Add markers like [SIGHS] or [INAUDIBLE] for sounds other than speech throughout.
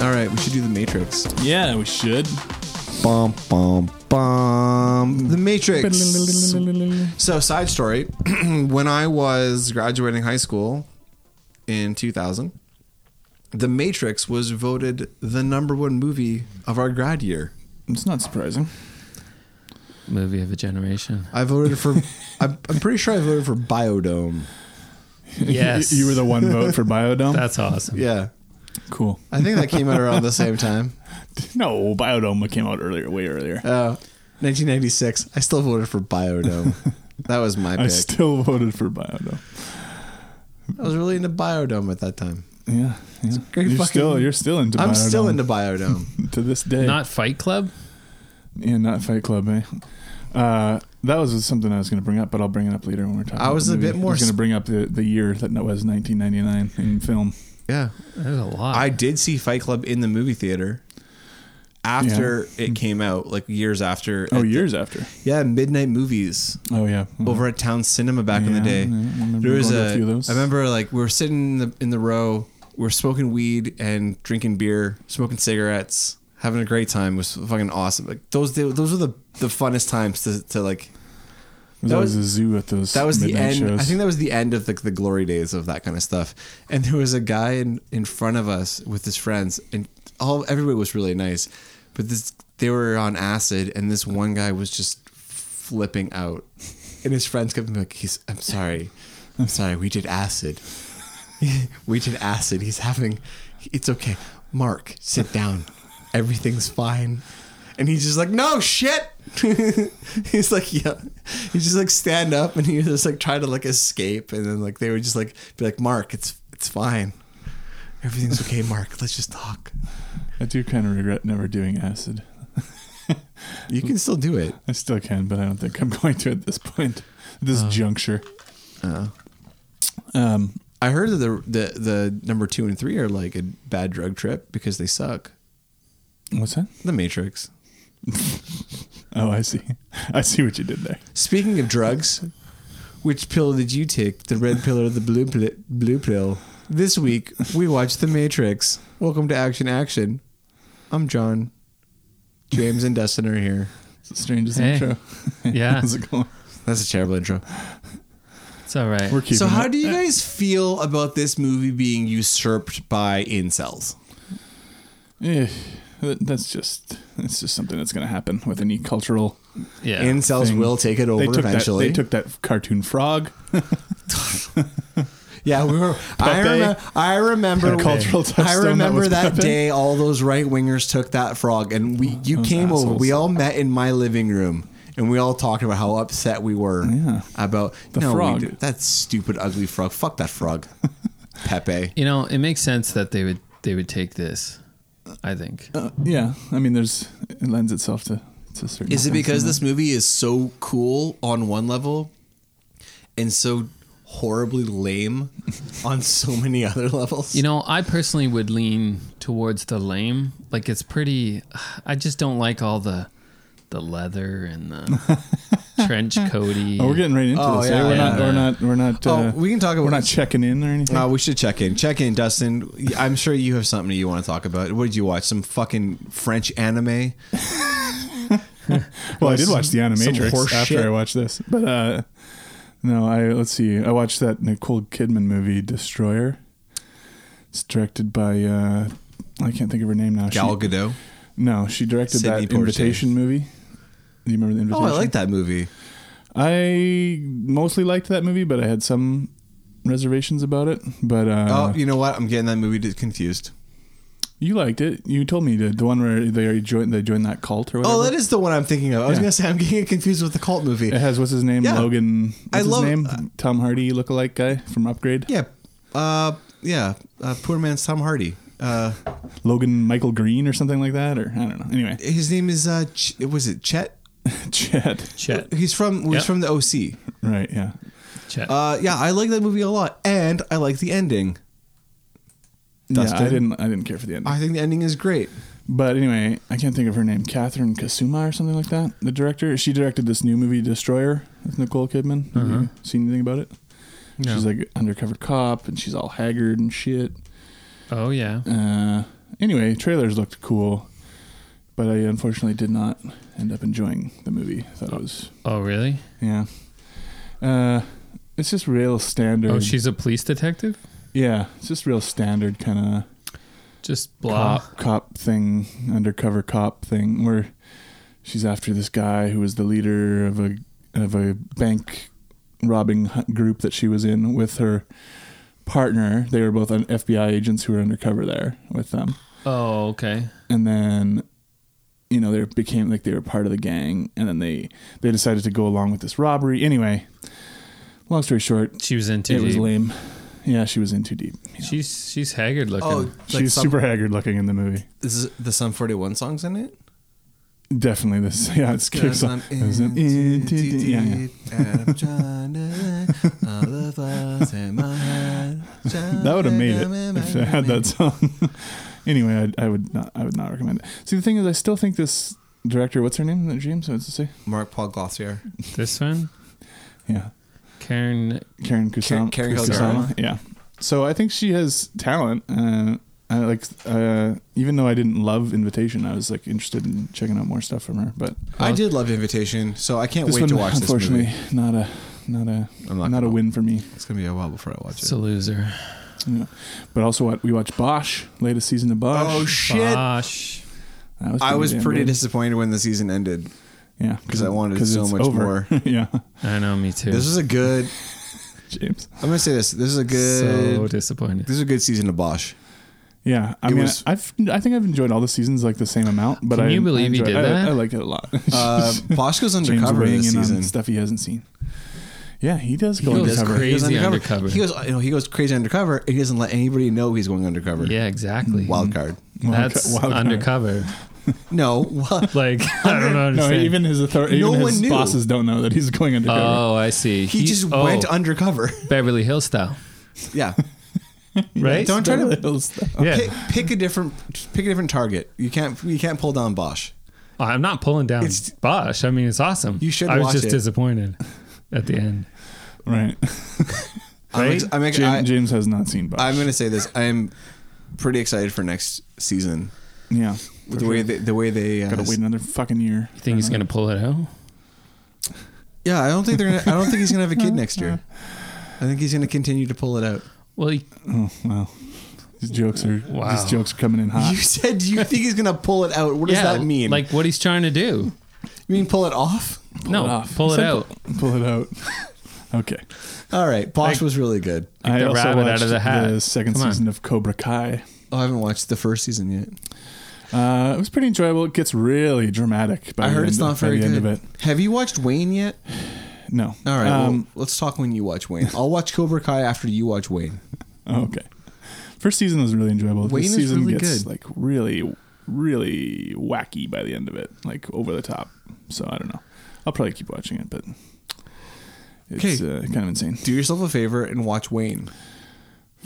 right, we should do the Matrix. Yeah, we should. Bum bum bum. The Matrix. So, side story. [CLEARS THROAT] when I was graduating high school in 2000, The Matrix was voted the number one movie of our grad year. It's not surprising. Movie of a generation. I voted [LAUGHS] for. I'm, I'm pretty sure I voted for Biodome. Yes. you, you were the one vote for Biodome? That's awesome. Yeah, cool. I think that came out around the same time. No, Biodome came out earlier, way earlier. [LAUGHS] Oh, 1996. I still voted for [LAUGHS] Biodome. That was my I pick. still voted for Biodome. I was really into Biodome at that time. Yeah, yeah. great you're fucking- still you're still into. I'm Biodome still into Biodome. to this day. Not Fight Club. yeah, not Fight Club, eh? Uh, that was something I was going to bring up, but I'll bring it up later when we're talking. I was a about the movie. bit more I was going sp- to bring up the, the year that was 1999 in film. yeah, There's a lot. I did see Fight Club in the movie theater after it came out, like years after. Oh, At the- years after. yeah, midnight movies Oh yeah. over at Town Cinema back in the Yeah, day. yeah, I remember there was going a. to a few of those. I remember like we were sitting in the in the row, we were smoking weed and drinking beer, smoking cigarettes, having a great time. It was fucking awesome. Like those those were the the funnest times to, to like There's that always was- a zoo at those. that was the midnight end. Shows. I think that was the end of the, the glory days of that kind of stuff. And there was a guy in, in front of us with his friends, and all everybody was really nice, but this they were on acid, and this one guy was just flipping out, and his friends kept being like, "He's I'm sorry, I'm sorry, we did acid, [LAUGHS] we did acid. He's having, it's okay. Mark, sit down, everything's fine." And he's just like, no shit. [LAUGHS] he's like, yeah. He's just like stand up and he was just like try to like escape and then like they would just like be like, Mark, it's it's fine. Everything's okay, Mark. Let's just talk. I do kind of regret never doing acid. You can still do it. I still can, but I don't think I'm [LAUGHS] going to at this point, this juncture. um, I heard that the the the number two and three are like a bad drug trip because they suck. what's that? The Matrix. Oh, I see. [LAUGHS] I see what you did there. Speaking of drugs, which pill did you take? The red pill or the blue pill? Blue pill. This week we watched The Matrix. Welcome to Action Action. I'm John. James and Dustin are here. It's the strangest Hey. intro. [LAUGHS] Yeah. How's it going? That's a terrible intro. It's all right. We're keeping so, how it. do you guys feel about this movie being usurped by incels? Eh, that- that's just that's just something that's going to happen with any cultural. yeah. incels thing. will take it over they took eventually. that. They took that cartoon frog. yeah, we were. I, Pepe. remember. I remember. The cultural touchstone I that remember was that, Pepe. Oh, day. All those right wingers took that frog, and we. You Those came over. assholes. We all met in my living room, and we all talked about how upset we were Yeah. about The no, we frog. did- that stupid, ugly frog. Fuck that [LAUGHS] frog, Pepe. You know, it makes sense that they would they would take this. I think. Uh, yeah, I mean, there's it lends itself to to certain. Is it things, because you know? this movie is so cool on one level and so horribly lame on so many other levels? You know, I personally would lean towards the lame. Like it's pretty. I just don't like all the the leather [LAUGHS] and the trench coaty. Oh, we're getting right into Oh, this. yeah, eh? we're, yeah. not, we're not. We're not. Oh, uh, we can talk about We're not this. checking in or anything. Uh, we should check in. Check in, Dustin. I'm sure you have something you want to talk about. What did you watch? Some fucking French anime? Well, I did watch the Some Animatrix horse after shit. I watched this, but uh, no, I let's see. I watched that Nicole Kidman movie, Destroyer. It's directed by uh, I can't think of her name now. She- Gal Gadot. no, she directed Sidney that Poitier. Invitation movie. Do you remember the Oh, Invitation? I like that movie. I mostly liked that movie, but I had some reservations about it. But uh, oh, you know what? I'm getting that movie confused. you liked it. You told me the, the one where they joined they joined that cult or whatever. Oh, that is the one I'm thinking of. I was Yeah. gonna say I'm getting it confused with the cult movie. It has what's his name? Yeah. Logan. What's I his love- name? uh, Tom Hardy lookalike guy from Upgrade. Yeah, uh, yeah. Uh, poor man's Tom Hardy. Uh, Logan Michael Green or something like that, or I don't know. Anyway, [LAUGHS] his name is uh, Ch- was it Chet? Chad. Chet. He's from he's Yep. from the OC. Right? Yeah. Chet. Uh, yeah, I like that movie a lot, and I like the ending. Dustin? Yeah, I didn't. I didn't care for the end. I think the ending is great. But anyway, I can't think of her name. Catherine Kasuma or something like that. The director. She directed this new movie, Destroyer, with Nicole Kidman. Have you seen anything about it? Uh-huh. No. She's like undercover cop, and she's all haggard and shit. oh yeah. Uh, Anyway, trailers looked cool, but I unfortunately did not end up enjoying the movie. I thought it was Oh, really? yeah. Uh, it's just real standard. Oh, she's a police detective? yeah. It's just real standard kind of Just blah. cop, cop thing, undercover cop thing, where she's after this guy who was the leader of a of a bank robbing hu- group that she was in with her partner. They were both un- FBI agents who were undercover there with them, Oh, okay. and then you know they became like they were part of the gang, and then they they decided to go along with this robbery. Anyway, long story short, She was in it too was deep. lame. Yeah, she was in too deep. you know. She's she's haggard looking. Oh, like She's some- super haggard looking in the movie. This is the Sum 41 songs in it? Definitely this. [LAUGHS] Yeah, it's kicks on. Yeah, yeah. That That would have made [LAUGHS] it if they had that song. [LAUGHS] anyway, I, I would not. I would not recommend it. See, the thing is, I still think this director. What's her name? That James. What's it say? Mark Paul Glossier. This one? Yeah, Karen Karen Kusama. Karen Kusama. Yeah. So I think she has talent. Uh, I like. Uh, even though I didn't love Invitation, I was like interested in checking out more stuff from her. But I did love Invitation, so I can't Uh, this wait one, to watch this unfortunately, movie. not a, not a, I'm not, not a gonna- win for me. It's going to be a while before I watch It's a loser. Yeah. But also, what we watched Bosch latest season of Bosch. Oh, shit. Bosh. That I was damn pretty good. disappointed when the season ended. Yeah, 'Cause I wanted so it's much more. [LAUGHS] yeah, I know, me too. This was a good. James. I'm gonna say this. This is a good. so disappointed. this is a good season of [LAUGHS] Bosch. Yeah, I It mean, was- I've I think I've enjoyed all the seasons like the same amount. But Can I, you believe I he enjoy- did I, that? I like it a lot. [LAUGHS] Uh, Bosch goes James um, undercover weighing this in season. on stuff he hasn't seen. Yeah, he does go He goes undercover. crazy. undercover. He goes. You know, he goes crazy undercover. And he doesn't let anybody know he's going undercover. Yeah, exactly. Wild card. Wild ca- That's wild card. undercover. [LAUGHS] No. [LAUGHS] What? Like I don't No, understand. even his author- even No his one knew. bosses don't know that he's going undercover. oh, I see. He just oh, went undercover. [LAUGHS] Beverly Hills style, yeah. right? Don't try [LAUGHS] to. [LAUGHS] yeah. Pick, pick a different. Pick a different target. You can't. You can't pull down Bosch. Oh, I'm not pulling down It's- Bosch. I mean, it's awesome. You should I was watch just it. disappointed at the end. I'm. right. Right? Ex- I'm, ex- James, I, James has not seen Bosch. I'm gonna say this. I'm pretty excited for next season. yeah, With the way they, the way they. Uh, gotta wait another fucking year. Uh, You think he's Uh-huh. gonna pull it out? Yeah, I don't think they're. Gonna, I don't think he's gonna have a [LAUGHS] kid next year. I think he's gonna continue to pull it out. Well, he- Oh wow, these jokes are Wow. these jokes are coming in hot. You said you [LAUGHS] think he's gonna pull it out. What does Uh, yeah. that mean? Like what he's trying to do? you mean pull it off? no, it off. Oh, pull He it said out. [LAUGHS] Pull it out. [LAUGHS] okay. All right, Bosch Like- was really good. I the also rabbit out of watched the hat. second Come on. season of Cobra Kai. Oh, I haven't watched the first season yet. Uh, it was pretty enjoyable. It gets really dramatic. By I the heard end, it's not by very the good. End of Have you watched Wayne yet? it. No. All right, Um, well, let's talk when you watch Wayne. I'll watch Cobra Kai after you watch Wayne. oh, okay. First season was really enjoyable. Wayne this is season really gets good. like really, really wacky by the end of it. Like over the top. So I don't know. I'll probably keep watching it, but it's Okay. uh, kind of insane. Do yourself a favor and watch Wayne.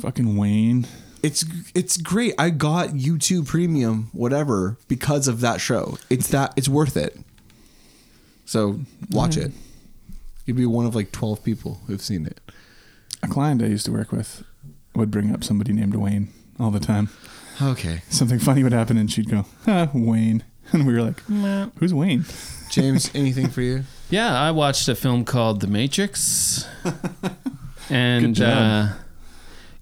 Fucking Wayne. It's it's great. I got YouTube Premium, whatever, because of that show. It's that it's worth it. So watch it. You'd be one of like twelve people who've seen it. A client I used to work with would bring up somebody named Wayne all the time. Okay, Something funny would happen, and she'd go, huh, Wayne. [LAUGHS] And we were like, who's Wayne? James, anything for [LAUGHS] you? Yeah, I watched a film called The Matrix. and Good uh job.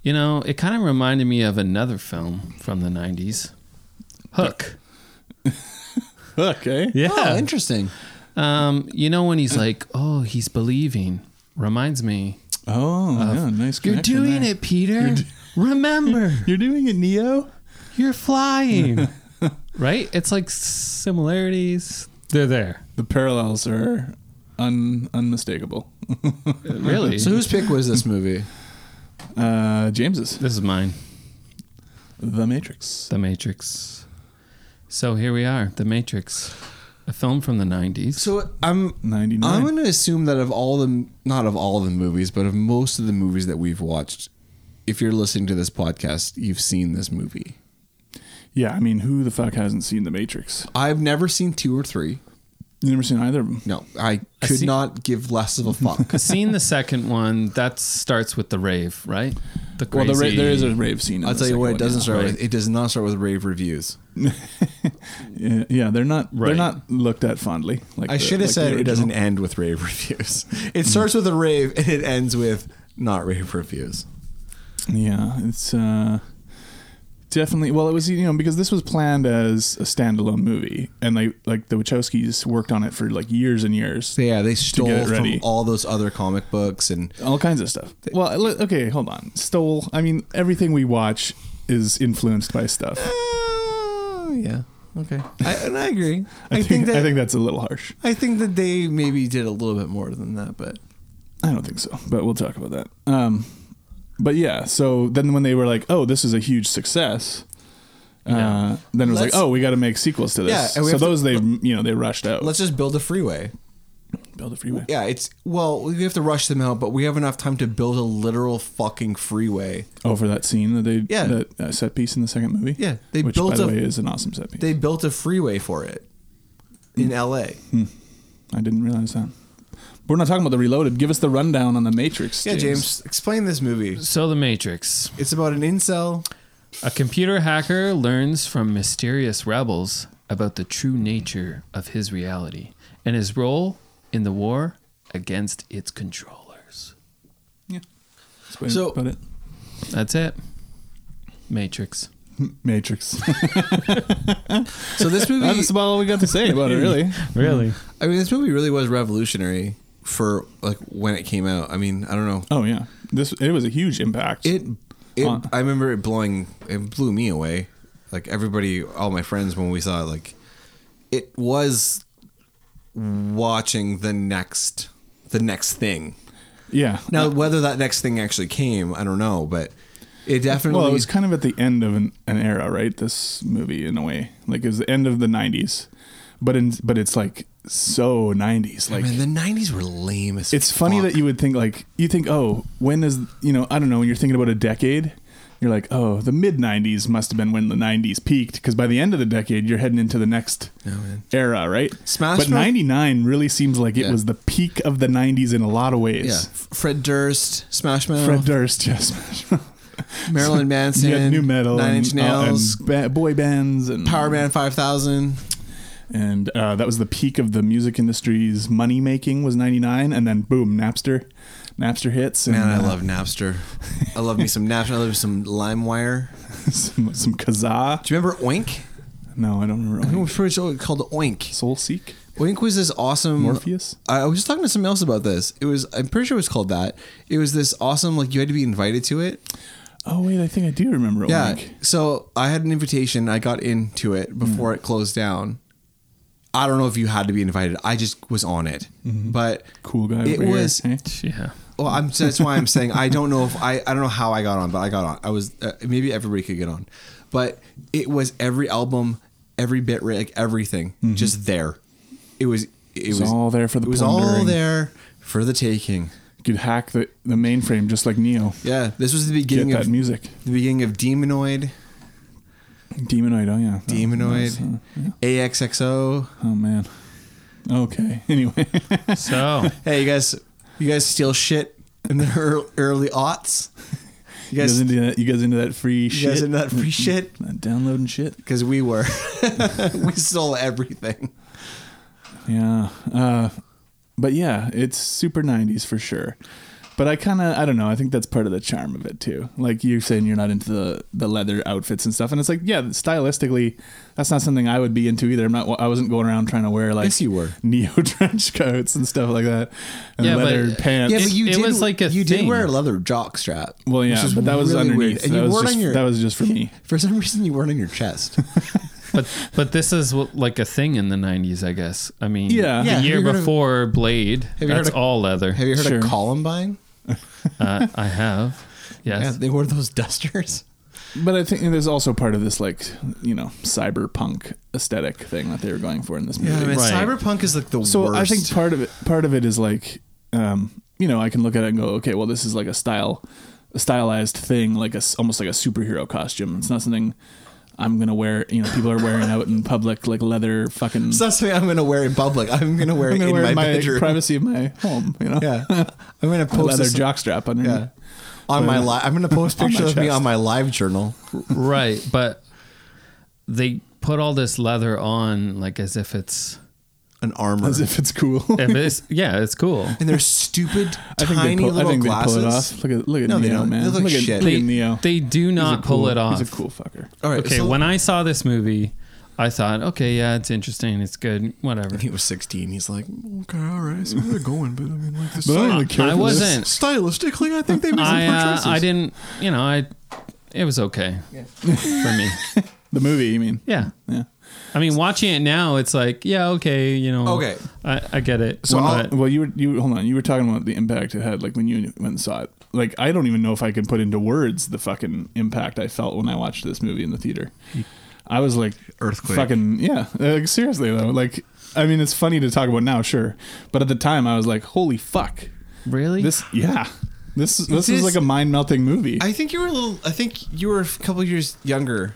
you know, it kind of reminded me of another film from the 90s. Hook. Okay. Yeah. Oh, interesting. um, you know when he's like, "Oh, he's believing." Reminds me. Oh, yeah, nice. You're connection doing there. it, Peter. [LAUGHS] Remember, You're doing it, Neo. you're flying. right? It's like similarities. They're there. The parallels are un- unmistakable. Really? So whose pick was this movie? Uh, James's this is mine. The Matrix. The Matrix. So here we are, The Matrix, a film from the 90s. So I'm Ninety I'm nine. going to assume that of all the not of all the movies, but of most of the movies that we've watched, if you're listening to this podcast, you've seen this movie. Yeah, I mean, who the fuck hasn't seen The Matrix? I've never seen two or three. You never seen either of them. No, I I could [LAUGHS] see- not give less of a fuck. I've seen the second one. That starts with the rave, right? the Well, crazy. the ra- there is a rave scene. in I'll the tell you second what one, it doesn't yeah. start Right. with. It does not start with rave reviews. Yeah, yeah, they're not. They're Right. not looked at fondly. Like I the- should have like the said it original. doesn't end with rave [LAUGHS] reviews. It starts with a rave and it ends with not rave reviews. Yeah, it's uh, definitely. Well, it was you know because this was planned as a standalone movie, and they like the Wachowskis worked on it for like years and years, So yeah, they stole it from ready. all those other comic books and all kinds of stuff. Well, li- okay, hold on. Stole. I mean, everything we watch is influenced by stuff. Uh, yeah, okay. I, and I agree. I, [LAUGHS] I, think, think, that I think that's a little harsh. that they maybe did a little bit more than that, but I don't think so, but we'll talk about that. Um, but yeah, so then when they were like, "Oh, this is a huge success," Yeah. uh, then it was Let's- like, "Oh, we got to make sequels to Yeah, this." and we so have to- those they you know they rushed out. let's just build a freeway. build a freeway. Yeah, it's well, we have to rush them out, but we have enough time to build a literal fucking freeway. Oh, for that scene that they Yeah. that uh, set piece in the second movie. Yeah, they which built by the a- way is an awesome set piece. They built a freeway for it in L.A. I didn't realize that. We're not talking about the Reloaded. Give us the rundown on the Matrix. Yeah, James, explain this movie. so the Matrix. It's about an incel. A computer hacker learns from mysterious rebels about the true nature of his reality and his role in the war against its controllers. Yeah. Explain So- about it. That's it. Matrix. [LAUGHS] Matrix. So [LAUGHS] this movie, That's about all we got to say about it, really. Really? I mean, this movie really was revolutionary for like when it came out. I mean, I don't know. [LAUGHS] Oh yeah, this it was a huge impact. It, it Uh. I remember it blowing. It blew me away. Like everybody, all my friends, when we saw it, like it was watching the next, the next thing. yeah. Now, whether that next thing actually came, I don't know, but it definitely. Well, it was kind of at the end of an, an era, right? This movie, in a way, like it was the end of the '90s, but in but it's like so '90s. Like Man, the '90s were lame as. it's funny fuck. that you would think like you think, oh, when is you know I don't know when you're thinking about a decade, you're like, oh, the mid '90s must have been when the '90s peaked because by the end of the decade you're heading into the next Oh, man. era, right? Smash but Mouth- '99 really seems like it Yeah. was the peak of the '90s in a lot of ways. Yeah, F- Fred Durst, Smash Mouth, Fred Durst, [LAUGHS] yes, Marilyn Manson, [LAUGHS] you had new metal, Nine and, Inch uh, and Mm. Nails, ba- boy bands, and Power Man 5000. and uh, that was the peak of the music industry's money making was 99 and then boom napster napster hits and Man, I uh, love Napster. I love me some Napster. I love me some LimeWire. [LAUGHS] some, some kazaa Do you remember Oink? no i don't remember I think it Oink. [LAUGHS] was pretty sure it was called Oink. soul seek Oink was this awesome. morpheus I I was just talking to someone else about this. It was, I'm pretty sure it was called that. It was this awesome, like you had to be invited to it. oh wait i think i do remember Yeah. Oink. So I had an invitation. I got into it before it closed down. I don't know if you had to be invited. I just was on it. But cool guy It over here, was- eh? Yeah. Well, I'm, that's why I'm saying I don't know if I I don't know how I got on, but I got on. I was uh, maybe everybody could get on, but it was every album, every bit rate, like everything, just there. It was it, Mm-hmm. was was, all there for the It was all plundering. there for the taking. you could hack the, the mainframe just like neo Yeah, this was the get beginning that of music the beginning of Demonoid, demonoid oh yeah Demonoid, That was, uh, yeah. AXXO. oh man okay [LAUGHS] anyway So Hey, you guys, you guys steal shit in the ear- early aughts. You you [LAUGHS] guys guys, you into that you guys into that free shit Mm-hmm. guys in that free shit? That downloading shit Because we were, [LAUGHS] we stole everything. Yeah. Uh, but yeah, it's super 90s for sure. But I kind of, I don't know. I think that's part of the charm of it too. Like you're saying, you're not into the, the leather outfits and stuff. And it's like, yeah, stylistically, that's not something I would be into either. I'm not, I wasn't going around trying to wear like Yes, you were. [LAUGHS] neo trench coats and stuff like that and Yeah, but- leather pants. Yeah, It- but you it did, was like a you did thing. wear a leather jock strap. well, yeah, which is but that was really underneath. weird. And that, you was wore it just, on your that was just for [LAUGHS] me. for some reason you wore it on your [LAUGHS] chest. but but this is what, like a thing in the 90s, I guess. I mean, Yeah. Yeah, the have year you heard of- before Blade, you heard that's of- all leather. Have you heard Sure. of Columbine? uh, I have. Yeah, Yes. they [LAUGHS] wore those dusters. But I think there's also part of this like, you know, cyberpunk aesthetic thing that they were going for in this movie. Yeah, man, Right. cyberpunk is like the so worst. I think part of it part of it is like um, you know I can look at it and go okay well this is like a style a stylized thing like a s almost like a superhero costume it's not something I'm gonna wear. You know, people are wearing out in public like leather fucking. So that's what I'm gonna wear in public. I'm gonna wear I'm it gonna in wear my, in my bedroom. privacy of my home. You know, [LAUGHS] yeah, I'm gonna [LAUGHS] a post leather this jockstrap underneath. yeah. on my live. I'm gonna post [LAUGHS] On my pictures of me chest. on my live journal. right, but they put all this leather on like as if it's, An armor. As if it's cool. if it's [LAUGHS] yeah, it's cool. and they're stupid [LAUGHS] I think tiny they pull, little I think they glasses. pull it off. Look at look at No, they Neo, don't. man. They look like at, shit. Look They, at Neo. they do He's a not cool- pull it off. He's a cool fucker. All right. okay, so when I saw this movie, I thought, okay, yeah, it's interesting, it's good, whatever. he was 16, he's like, okay, all right, see where they're going, but I mean, like this. [LAUGHS] But I don't really care I for this. wasn't- Stylistically, I think they made some I poor uh, choices. I didn't, you know, I it was okay [LAUGHS] for me. The movie, you mean? Yeah. Yeah. I mean, watching it now, it's like, yeah, okay, you know, Okay. I, I get it. So I'll- but- Well, you were you hold on. You were talking about the impact it had, like when you went and saw it. Like I don't even know if I can put into words the fucking impact I felt when I watched this movie in the theater. I was like Earthquake. Fucking yeah. Like, seriously though, like I mean, it's funny to talk about now, sure, but at the time I was like, holy fuck, really, this yeah, this is- this is like a mind melting movie. I think you were a little, I think you were a couple years younger.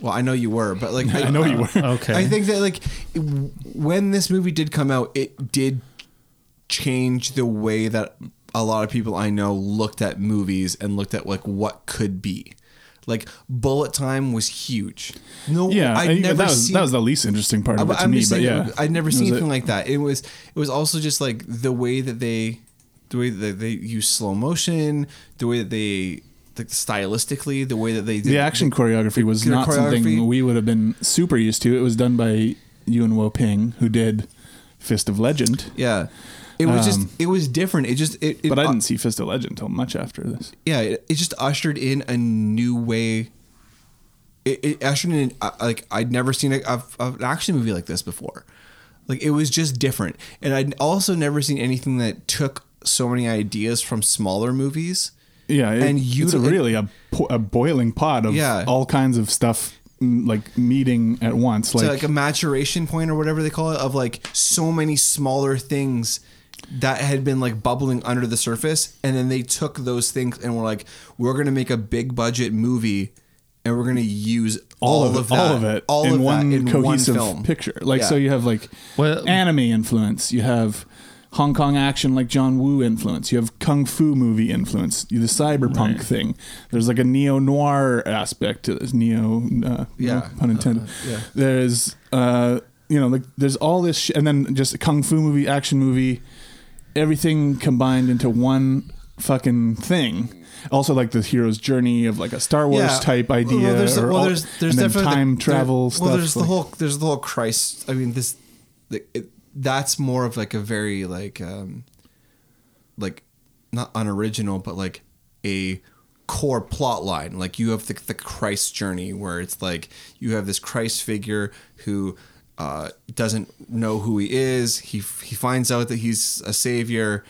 Well, I know you were, but like, [LAUGHS] uh, I know you were. okay, I think that like it- when this movie did come out, it did change the way that a lot of people I know looked at movies and looked at like what could be. Like bullet time was huge. No, Yeah, I'd and never that was seen, that was the least interesting part of it to me. But yeah, I'd never It seen was a- anything like that. It was it was also just like the way that they, the way that they use slow motion, the way that they, like stylistically, the way that they did the action choreography was the not choreography- something we would have been super used to. It was done by Yuen Wo Ping, who did Fist of Legend. Yeah, it was Um, just it was different. It just it, it But I didn't see Fist of Legend until much after this. yeah, it, it just ushered in a new way. It, it ushered in uh, like I'd never seen a, a, an action movie like this before. Like it was just different, and I'd also never seen anything that took so many ideas from smaller movies. Yeah, it, And you- it's a really a, po- a boiling pot of Yeah. all kinds of stuff mm, like meeting at once. Like, to like a maturation point or whatever they call it of like so many smaller things that had been like bubbling under the surface and then they took those things and were like we're going to make a big budget movie and we're going to use all, all of, that, all of it, all in of one that in cohesive one film. picture. Like Yeah. so, you have like Well- anime influence, you have Hong Kong action like John Woo influence, you have kung fu movie influence, you the cyberpunk thing. There's like a neo noir aspect to this neo, uh, Yeah. no pun intended. yeah. There's uh, you know like there's all this, sh- and then just a kung fu movie, action movie, everything combined into one fucking thing. Also, like the hero's journey of like a Star Wars type idea. Well, there's, or well, all- there's, there's and then definitely the- time there- travel well, stuff. there's the like- whole there's the whole Christ. I mean, this the, it, that's more of like a very like um like not unoriginal, but like a core plot line. Like you have the, the Christ journey where it's like you have this Christ figure who. Uh, doesn't know who he is. He he finds out that he's a savior.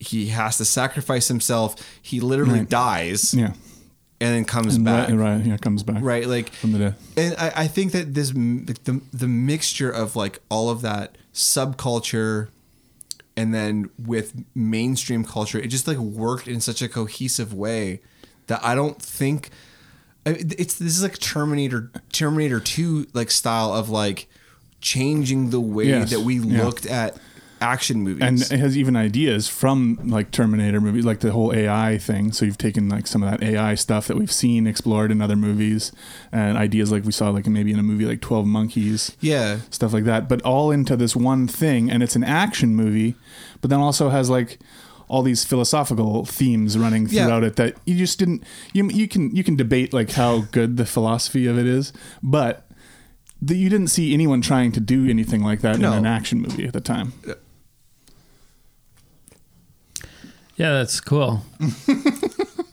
He has to sacrifice himself. He literally dies yeah, and then comes and back right, right, yeah, comes back right like from the death. and I, I think that this m- the, the mixture of like all of that subculture and then with mainstream culture it just like worked in such a cohesive way that i don't think I- it's this is like terminator terminator 2 like style of like changing the way Yes, that we yeah. looked at action movies And it has even ideas from like Terminator movies, like the whole AI thing. So you've taken like some of that AI stuff that we've seen explored in other movies, and ideas like we saw like maybe in a movie like Twelve Monkeys. yeah stuff like that, but all into this one thing. And it's an action movie, but then also has like all these philosophical themes running Yeah. throughout it that you just didn't. You you can you can debate like how good the philosophy of it is, but the, you didn't see anyone trying to do anything like that No. in an action movie at the time. yeah, that's cool.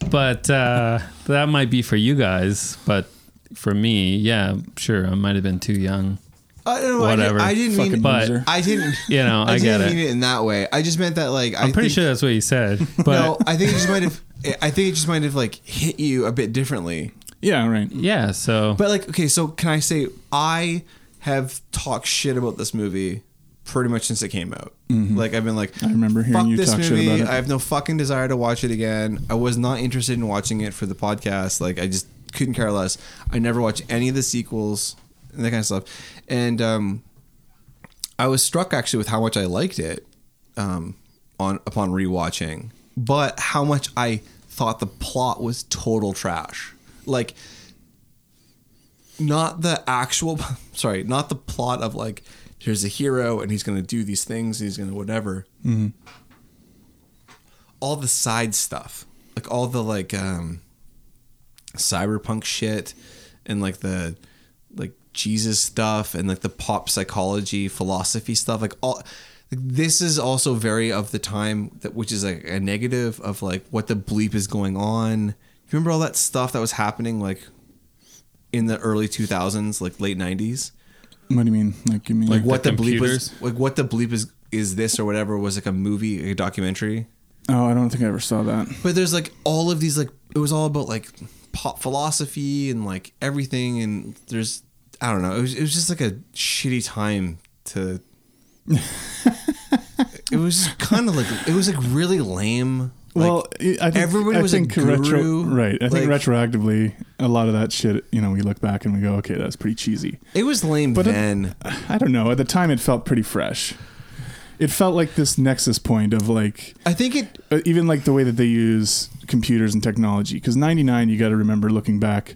but uh, that might be for you guys, but for me, yeah, sure, I might have been too young. I don't know, I didn't- Whatever. I didn't, Fucking mean But- loser. I didn't [LAUGHS] You know, I, didn't get it. mean it in that way. I just meant that like I'm pretty sure that's what you said, but no, I think it just might have. I think it just might have like hit you a bit differently. Yeah, right. yeah. So But like, okay, so can I say I have talked shit about this movie pretty much since it came out. Like I've been like, I remember hearing you talk shit about it." I have no fucking desire to watch it again. I was not interested in watching it for the podcast. Like I just couldn't care less. I never watched any of the sequels and that kind of stuff. And um, I was struck actually with how much I liked it um, on upon rewatching, but how much I thought the plot was total trash. Like, not the actual, [LAUGHS] sorry, not the plot of like, here's a hero and he's going to do these things, he's going to whatever. All the side stuff, like all the like um, cyberpunk shit, and like the like Jesus stuff, and like the pop psychology philosophy stuff, like all. Like this is also very of the time that which is like a negative of like what the bleep is going on. You remember all that stuff that was happening like in the early 2000s, like late 90s? What do you mean? Like you mean like what the the, bleep computers? was like what the bleep is is this or whatever was like a movie a documentary Oh, I don't think I ever saw that. but there's like all of these like it was all about like pop philosophy and like everything and there's i don't know it was, it was just like a shitty time [LAUGHS] to it was kind of like it was like really lame Like, well, I I think everybody I was a think guru, right? I think like- retroactively, a lot of that shit. You know, we look back and we go, okay, that's pretty cheesy. it was lame But it- then I don't know. At the time, it felt pretty fresh. It felt like this nexus point of like i think it uh, even like the way that they use computers and technology. Because ninety nine, you got to remember looking back,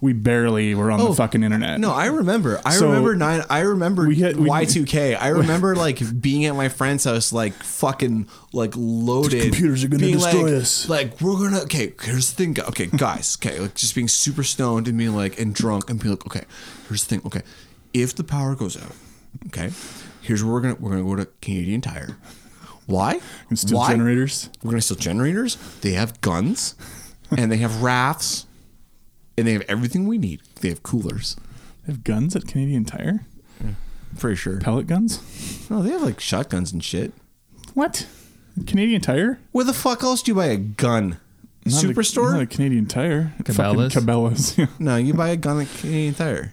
we barely were on Oh, the fucking internet. no, I remember. I So- remember nine. I remember We had- we- Y2K. I remember like being at my friend's house, like fucking like loaded. computers are gonna being destroy like- us. Like we're gonna. Okay, here's the thing. gu- Okay, guys. Okay, like just being super stoned and being like and drunk and being like, okay, here's the thing. Okay, if the power goes out, okay, here's where we're gonna we're gonna go to Canadian Tire. Why? And steal Why? generators. We're gonna steal generators. They have guns, and they have rafts, and they have everything we need. They have coolers. They have guns at Canadian Tire, Pretty sure. pellet guns. No, they have like shotguns and shit. What? Canadian Tire? Where the fuck else do you buy a gun? Not a- Superstore? not a Canadian Tire. Cabela's? Fucking Cabela's. [LAUGHS] yeah. no, you buy a gun at Canadian Tire.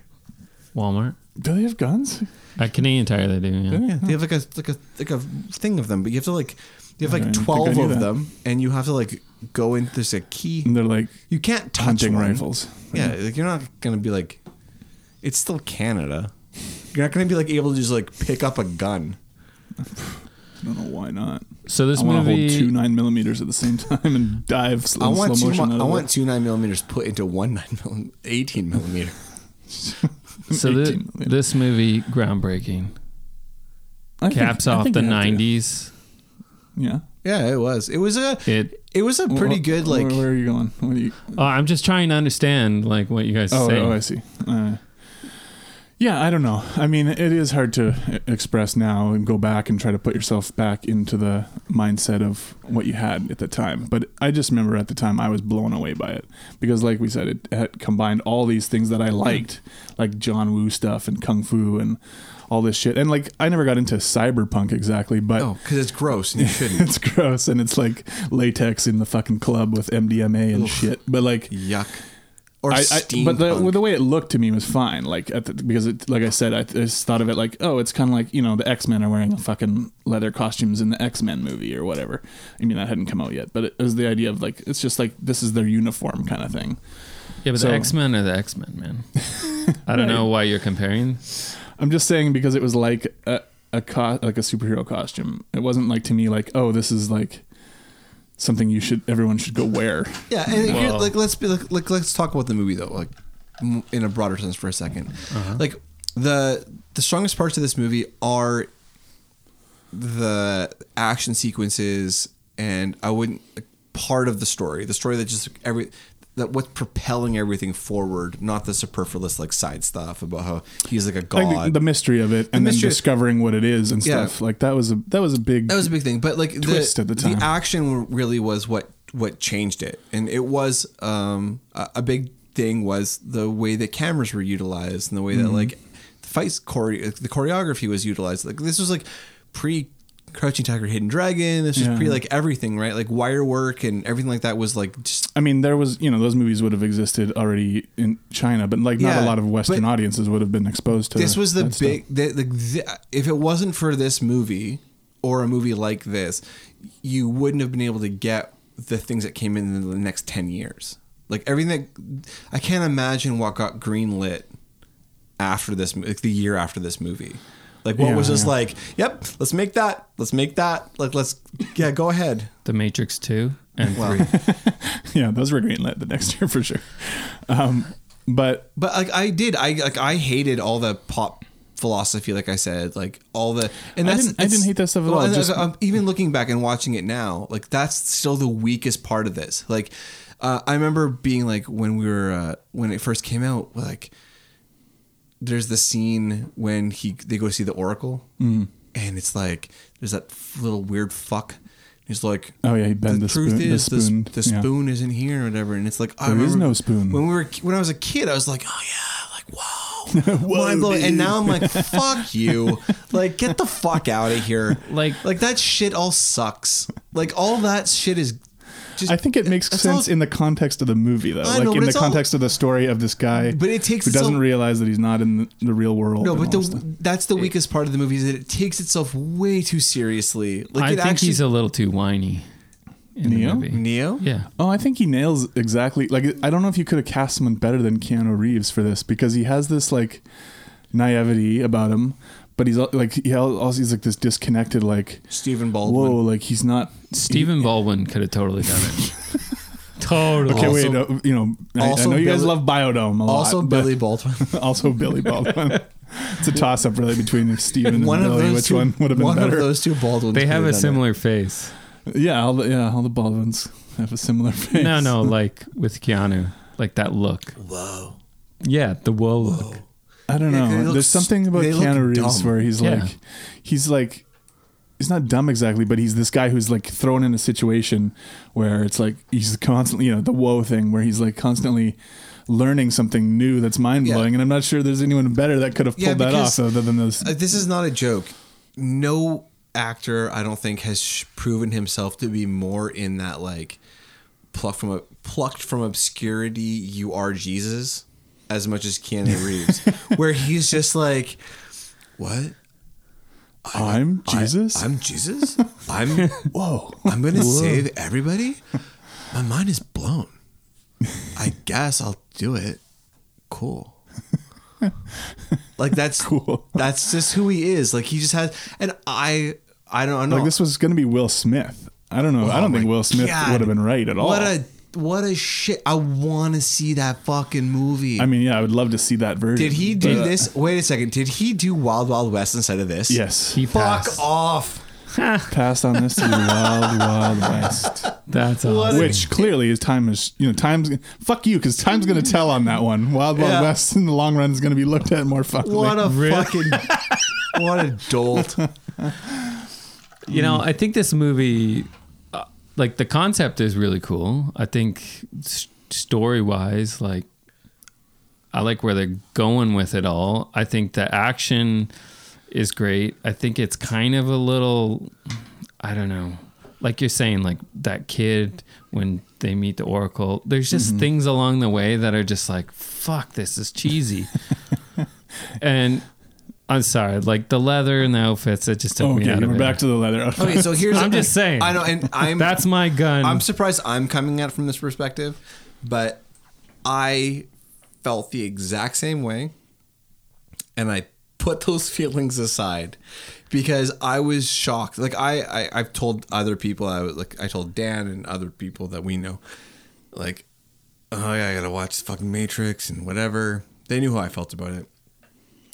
Walmart. Do they have guns? At Canadian Tire, they do. Yeah. Yeah, they have like a like a like a thing of them, but you have to like you have I like didn't think I twelve knew of that. them, and you have to like go in. There's a key. And they're like You can't touch hunting one. rifles. Yeah, like you're not gonna be like. It's still Canada. You're not gonna be like able to just like pick up a gun. I don't know why not. So this I want to hold two movie, nine millimeters at the same [LAUGHS] time and dive I slow, want slow two. motion. out I of want two nine millimeters put into one nine millimeter, eighteen millimeter. [LAUGHS] it. so thi- 18 millimeter. this movie, groundbreaking, I think- caps I off think the you have to. '90s. Yeah. Yeah, it was. It was a. It. It was a pretty Wh- good wh- like. Where, are you going? What are you? Oh, I'm just trying to understand like what you guys Oh, say. oh, I see. Uh, yeah, I don't know. I mean, it is hard to e- express now and go back and try to put yourself back into the mindset of what you had at the time. But I just remember at the time I was blown away by it because, like we said, it had combined all these things that I liked, like John Woo stuff and kung fu and all this shit. And like, I never got into cyberpunk exactly, but Oh, because it's gross and you shouldn't. [LAUGHS] it's gross and it's like latex in the fucking club with MDMA and shit. But like, Yuck. Or I, I, steam. but the, well, the way it looked to me was fine. Like at the, because it, like I said, I, I just thought of it like, oh, it's kind of like you know the X Men are wearing fucking leather costumes in the X Men movie or whatever. I mean that hadn't come out yet, but it was the idea of like it's just like this is their uniform kind of thing. Yeah, but So- the X Men are the X Men, man. I don't know why you're comparing. I'm just saying because it was like a, a co- like a superhero costume. It wasn't like to me like oh this is like something you should everyone should go wear. yeah, and if you're- Whoa. like let's be like, like let's talk about the movie though, like m- in a broader sense for a 2nd Uh-huh. Like the the strongest parts of this movie are the action sequences, and I wouldn't like, part of the story, the story that just every that what's propelling everything forward, not the superfluous like side stuff about how he's like a god. Like the, the mystery of it and then mystery- discovering what it is and Yeah. stuff like that was a that was a big That was a big thing, but like the, Twist at the time. action really was what what changed it, and it was um, a, a big thing was the way that cameras were utilized and the way that Mm-hmm. like the fights chore- the choreography was utilized. Like this was like pre Crouching Tiger, Hidden Dragon. This was Yeah. pre like everything, right? Like wire work and everything like that was like just I mean, there was you know those movies would have existed already in China, but like not Yeah, a lot of Western but audiences would have been exposed to. this was the that stuff. big the, the, the, if it wasn't for this movie or a movie like this you wouldn't have been able to get the things that came in in the next 10 years Like everything that I can't imagine what got greenlit after this, mo- like the year after this movie. Like what Yeah, was just yeah. like, yep, let's make that, let's make that, like let's yeah, go ahead. The Matrix Two and Wow. Three. [LAUGHS] yeah, those were greenlit the next year for sure. Um, but But like I did, I like I hated all the pop philosophy, like I said, like all the and I that's didn't- I didn't it's- hate that stuff at all, and just- I'm- even looking back and watching it now, like that's still the weakest part of this. Like uh, I remember being like when we were uh, when it first came out, like there's the scene when he they go see the Oracle, Mm-hmm. and it's like there's that f- little weird fuck. He's like, Oh, yeah, he bent the spoon- the the, s- spoon, the yeah. spoon isn't here or whatever, and it's like I There is remember no spoon. When we were when I was a kid, I was like, oh yeah, like wow, [LAUGHS] Whoa, mind blowing. And dude. now I'm like, fuck [LAUGHS] you, like get the fuck out of here. Like- like that shit all sucks. Like all that shit is. Just, I think it makes it's all- sense in the context of the movie, though. I like know, but in the it's all- context of the story of this guy, But it takes who itself- doesn't realize that he's not in the, the real world. No, and but all the, this stuff. that's the weakest part of the movie is that it takes itself way too seriously. Like I it think actually, he's a little too whiny in Neo? the movie. Neo. Yeah. Oh, I think he nails exactly. Like, I don't know if you could have cast someone better than Keanu Reeves for this because he has this like naivety about him, but he's al- like he al- also he's like this disconnected like Stephen Baldwin. whoa, like he's not Stephen Baldwin could have totally done it. totally. Okay, Also- wait. uh, You know, I, I also know you guys Billy- love Biodome a lot. Also, but- Billy Baldwin. [LAUGHS] also [LAUGHS] Billy Baldwin. it's a toss up really between Steven and one of Billy. those Which two, one would have been one better? of those two Baldwins. They could have a done it. similar face. Yeah, all the, yeah, all the Baldwins have a similar face. No, no, like with Keanu, like that look. Whoa. Yeah, the whoa look. I don't Yeah, 'cause they know. look There's something about st- they look Keanu Reeves dumb. where he's Yeah. like, he's like, he's not dumb exactly, but he's this guy who's like thrown in a situation where it's like he's constantly, you know, the whoa thing where he's like constantly learning something new that's mind blowing, Yeah. and I'm not sure there's anyone better that could have Yeah, pulled that because- off other than those. Uh, This is not a joke. No actor, I don't think, has sh- proven himself to be more in that like plucked from a plucked from obscurity. You are Jesus, as much as Keanu Reeves, where he's just like, what? I'm Jesus. I, am Jesus. [LAUGHS] I'm whoa. I'm gonna save everybody. My mind is blown. I guess I'll do it. Cool. Like that's [LAUGHS] Cool. That's just who he is. Like he just has, and I, I don't know. Like this was going to be Will Smith. I don't know. I don't Oh think my Will Smith God. would have been right at all. What I a what a shit! I want to see that fucking movie. mean, yeah, I would love to see that version. did he do but- this? Wait a second. Did he do Wild Wild West instead of this? Yes, He he Fuck passed. off. passed on this to the Wild Wild West, That's awesome. which clearly his time is. You know, time's fuck you because time's going to tell on that one. Wild Wild Yeah. West in the long run is going to be looked at more fondly. What a [LAUGHS] Really? fucking what a dolt. You know, Mm. I think this movie, uh, like the concept is really cool. I think s story wise, like I like where they're going with it all. I think the action is great. I think it's kind of a little, I don't know, like you're saying, like that kid when they meet the Oracle. There's just Mm-hmm. things along the way that are just like, fuck, this [LAUGHS] is cheesy. and I'm sorry, like the leather and the outfits, it just took me okay, out of Oh, we're it. back to the leather. Okay, so here's. I'm just saying. I know, [LAUGHS] and I'm. That's my gun. I'm surprised I'm coming at it from this perspective, but I felt the exact same way. And I put those [LAUGHS] feelings aside because I was shocked. Like I, I I've told other people I was like I told Dan and other people that we know, like, oh yeah, I gotta watch fucking Matrix and whatever. They knew how I felt about it.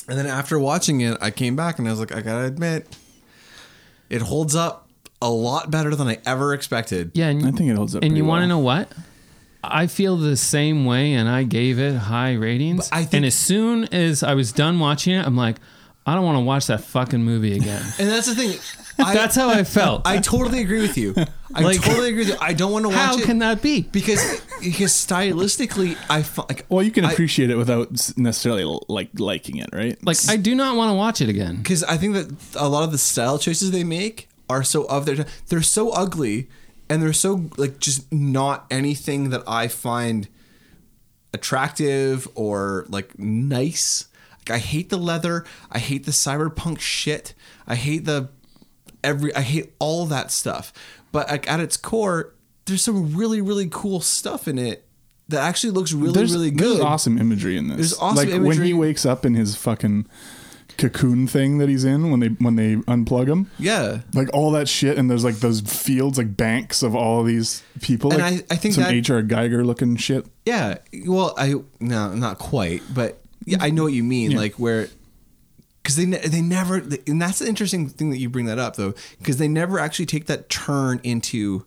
And then after watching it, I came back and I was like, I gotta admit, it holds up a lot better than I ever expected. yeah, [LAUGHS] and, I think it holds up. and you want want to know what? I feel the same way, and I gave it high ratings. But I think- and as soon as I was done watching it, I'm like, I don't want to watch that fucking movie again. [LAUGHS] And that's the thing. [LAUGHS] I, That's how I felt. I totally agree with you. I Like- totally agree with you. I don't want to watch how it can that be? because because stylistically, I fi- like, Well, you can I- appreciate it without s- necessarily like liking it, right? Like, I do not want to watch it again. because I think that a lot of the style choices they make are so of their time. They're so ugly, and they're so like just not anything that I find attractive or like nice. Like I hate the leather. I hate the cyberpunk shit. I hate the every. I hate all that stuff. But like at its core, there's some really really cool stuff in it that actually looks really really there's good. awesome imagery in this. There's awesome like when imagery. he wakes up in his fucking cocoon thing that he's in when they when they unplug him. Yeah. Like all that shit, and there's like those fields, like banks of all these people. And like I- I think some that- HR Geiger looking shit. Yeah. Well, I no, not quite, but yeah, I know what you mean. Yeah. Like where, because they ne- they never, and that's the interesting thing that you bring that up though, because they never actually take that turn into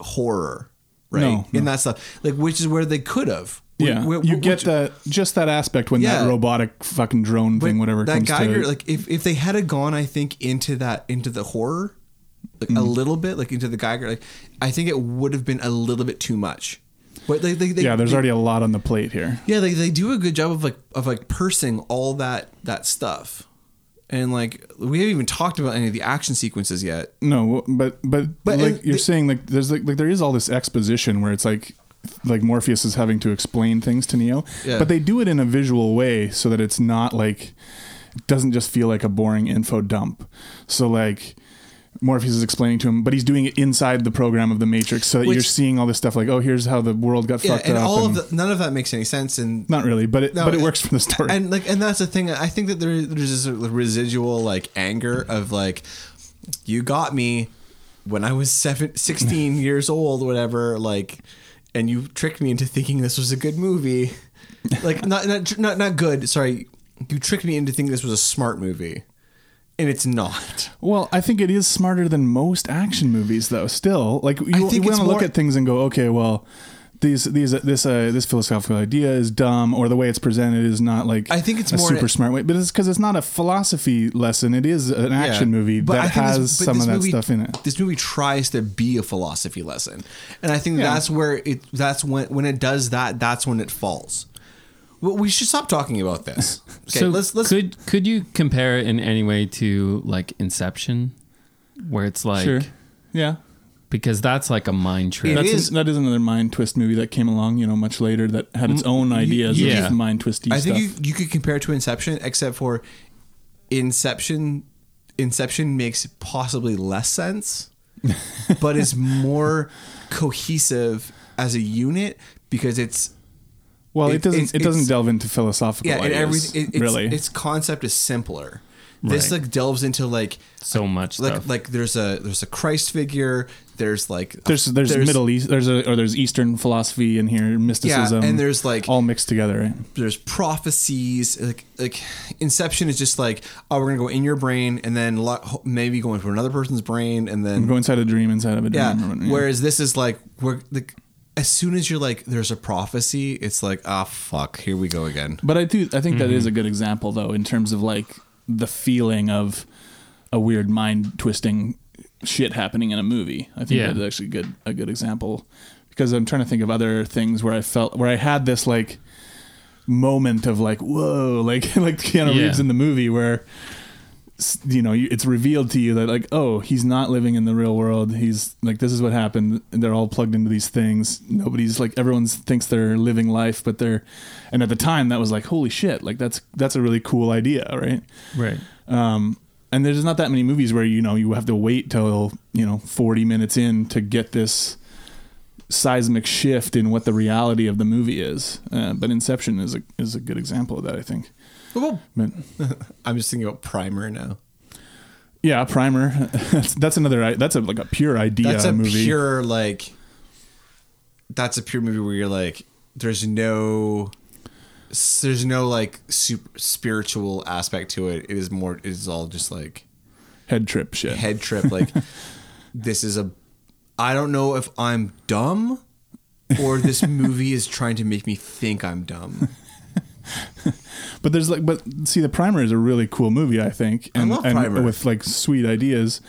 horror, right? No, And that stuff, like which is where they could have. Yeah, Wh- wh- you get which- that just that aspect when Yeah. that robotic fucking drone thing, but whatever that comes Geiger, to. like if if they had a gone, I think into that into the horror, like Mm. a little bit, like into the Geiger, like I think it would have been a little bit too much. But they, they, they, yeah, there's they, already a lot on the plate here. Yeah, they, they do a good job of like of like pursing all that that stuff, and like we haven't even talked about any of the action sequences yet. No, but but, But like it- you're the- saying, like there's like, like there is all this exposition where it's like like Morpheus is having to explain things to Neo, Yeah. but they do it in a visual way so that it's not like it doesn't just feel like a boring info dump. So like. Morpheus is explaining to him, but he's doing it inside the program of the Matrix, so that Which- you're seeing all this stuff. Like, oh, here's how the world got Yeah, fucked and up. all and- of the, none of that makes any sense. And not really, but it, No, but it and- works for the story. and like and that's the thing. I think that there, there's this sort of residual like anger of like, you got me when I was seven, 16 [LAUGHS] years old, whatever. Like, and you tricked me into thinking this was a good movie. Like not not not not good. Sorry, you tricked me into thinking this was a smart movie, and it's not. Well, I think it is smarter than most action movies, though. Still, like you, think you want it's to look more- at things and go, okay, well, these these this uh, this philosophical idea is dumb, or the way it's presented is not like I think it's a more- super smart way, but it's because it's not a philosophy lesson. It is an action movie But I that think this- has but some this of that movie- stuff in it. This movie tries to be a philosophy lesson, and I think Yeah. that's where it. That's when when it does that. That's when it falls. Well, we should stop talking about [LAUGHS] this. Okay, so let's let's. could could you compare it in any way to like Inception, where it's like sure, yeah, because that's like a mind It trip. that's is- an- that is another mind twist movie that came along, you know, much later that had its own ideas yeah. of mind twisty Mm, I stuff. think you you could compare it to Inception, except for Inception. Inception makes possibly less [LAUGHS] sense, but is more cohesive as a unit because it's well, it, it- doesn't it's- it doesn't it's- delve into philosophical yeah, and ideas. everything it, it's, really, its concept is simpler. This Right. like delves into like so much like stuff. like there's a there's a Christ figure. There's like a- There's there's, Middle East there's a or there's Eastern philosophy in here mysticism and there's, like- all mixed together right there's prophecies like like Inception is just like oh we're gonna go in your brain and then lo- ho- maybe go into another person's brain and then go inside a dream inside of a yeah. dream or whatever, Whereas this is like we're like as soon as you're like there's a prophecy, it's like ah fuck here we go again. but I do I think that is a good example though in terms of like the feeling of a weird mind twisting shit happening in a movie I think Yeah. that's actually good a good example because I'm trying to think of other things where I felt where I had this like moment of like whoa [LAUGHS] like like Keanu Yeah. Reeves in the movie where s- you know you- it's revealed to you that like oh he's not living in the real world he's like this is what happened they're all plugged into these things nobody's like everyone thinks they're living life but they're and at the time that was like holy shit like that's that's a really cool idea right right. um and there's not that many movies where you know you have to wait till you know 40 minutes in to get this seismic shift in what the reality of the movie is uh, but inception is a is a good example of that i think Well, but I'm just thinking about Primer now. Yeah, Primer. [LAUGHS] that's, that's another. That's a like a pure idea that's a movie. pure like that's a pure movie where you're like there's no s- there's no like super spiritual aspect to it it is more it is all just like head trip shit. head trip [LAUGHS] like this is a i don't know if i'm dumb or [LAUGHS] this movie is trying to make me think i'm dumb But there's like, but see, the Primer is a really cool movie, I think, I and, love and Primer. with like sweet ideas.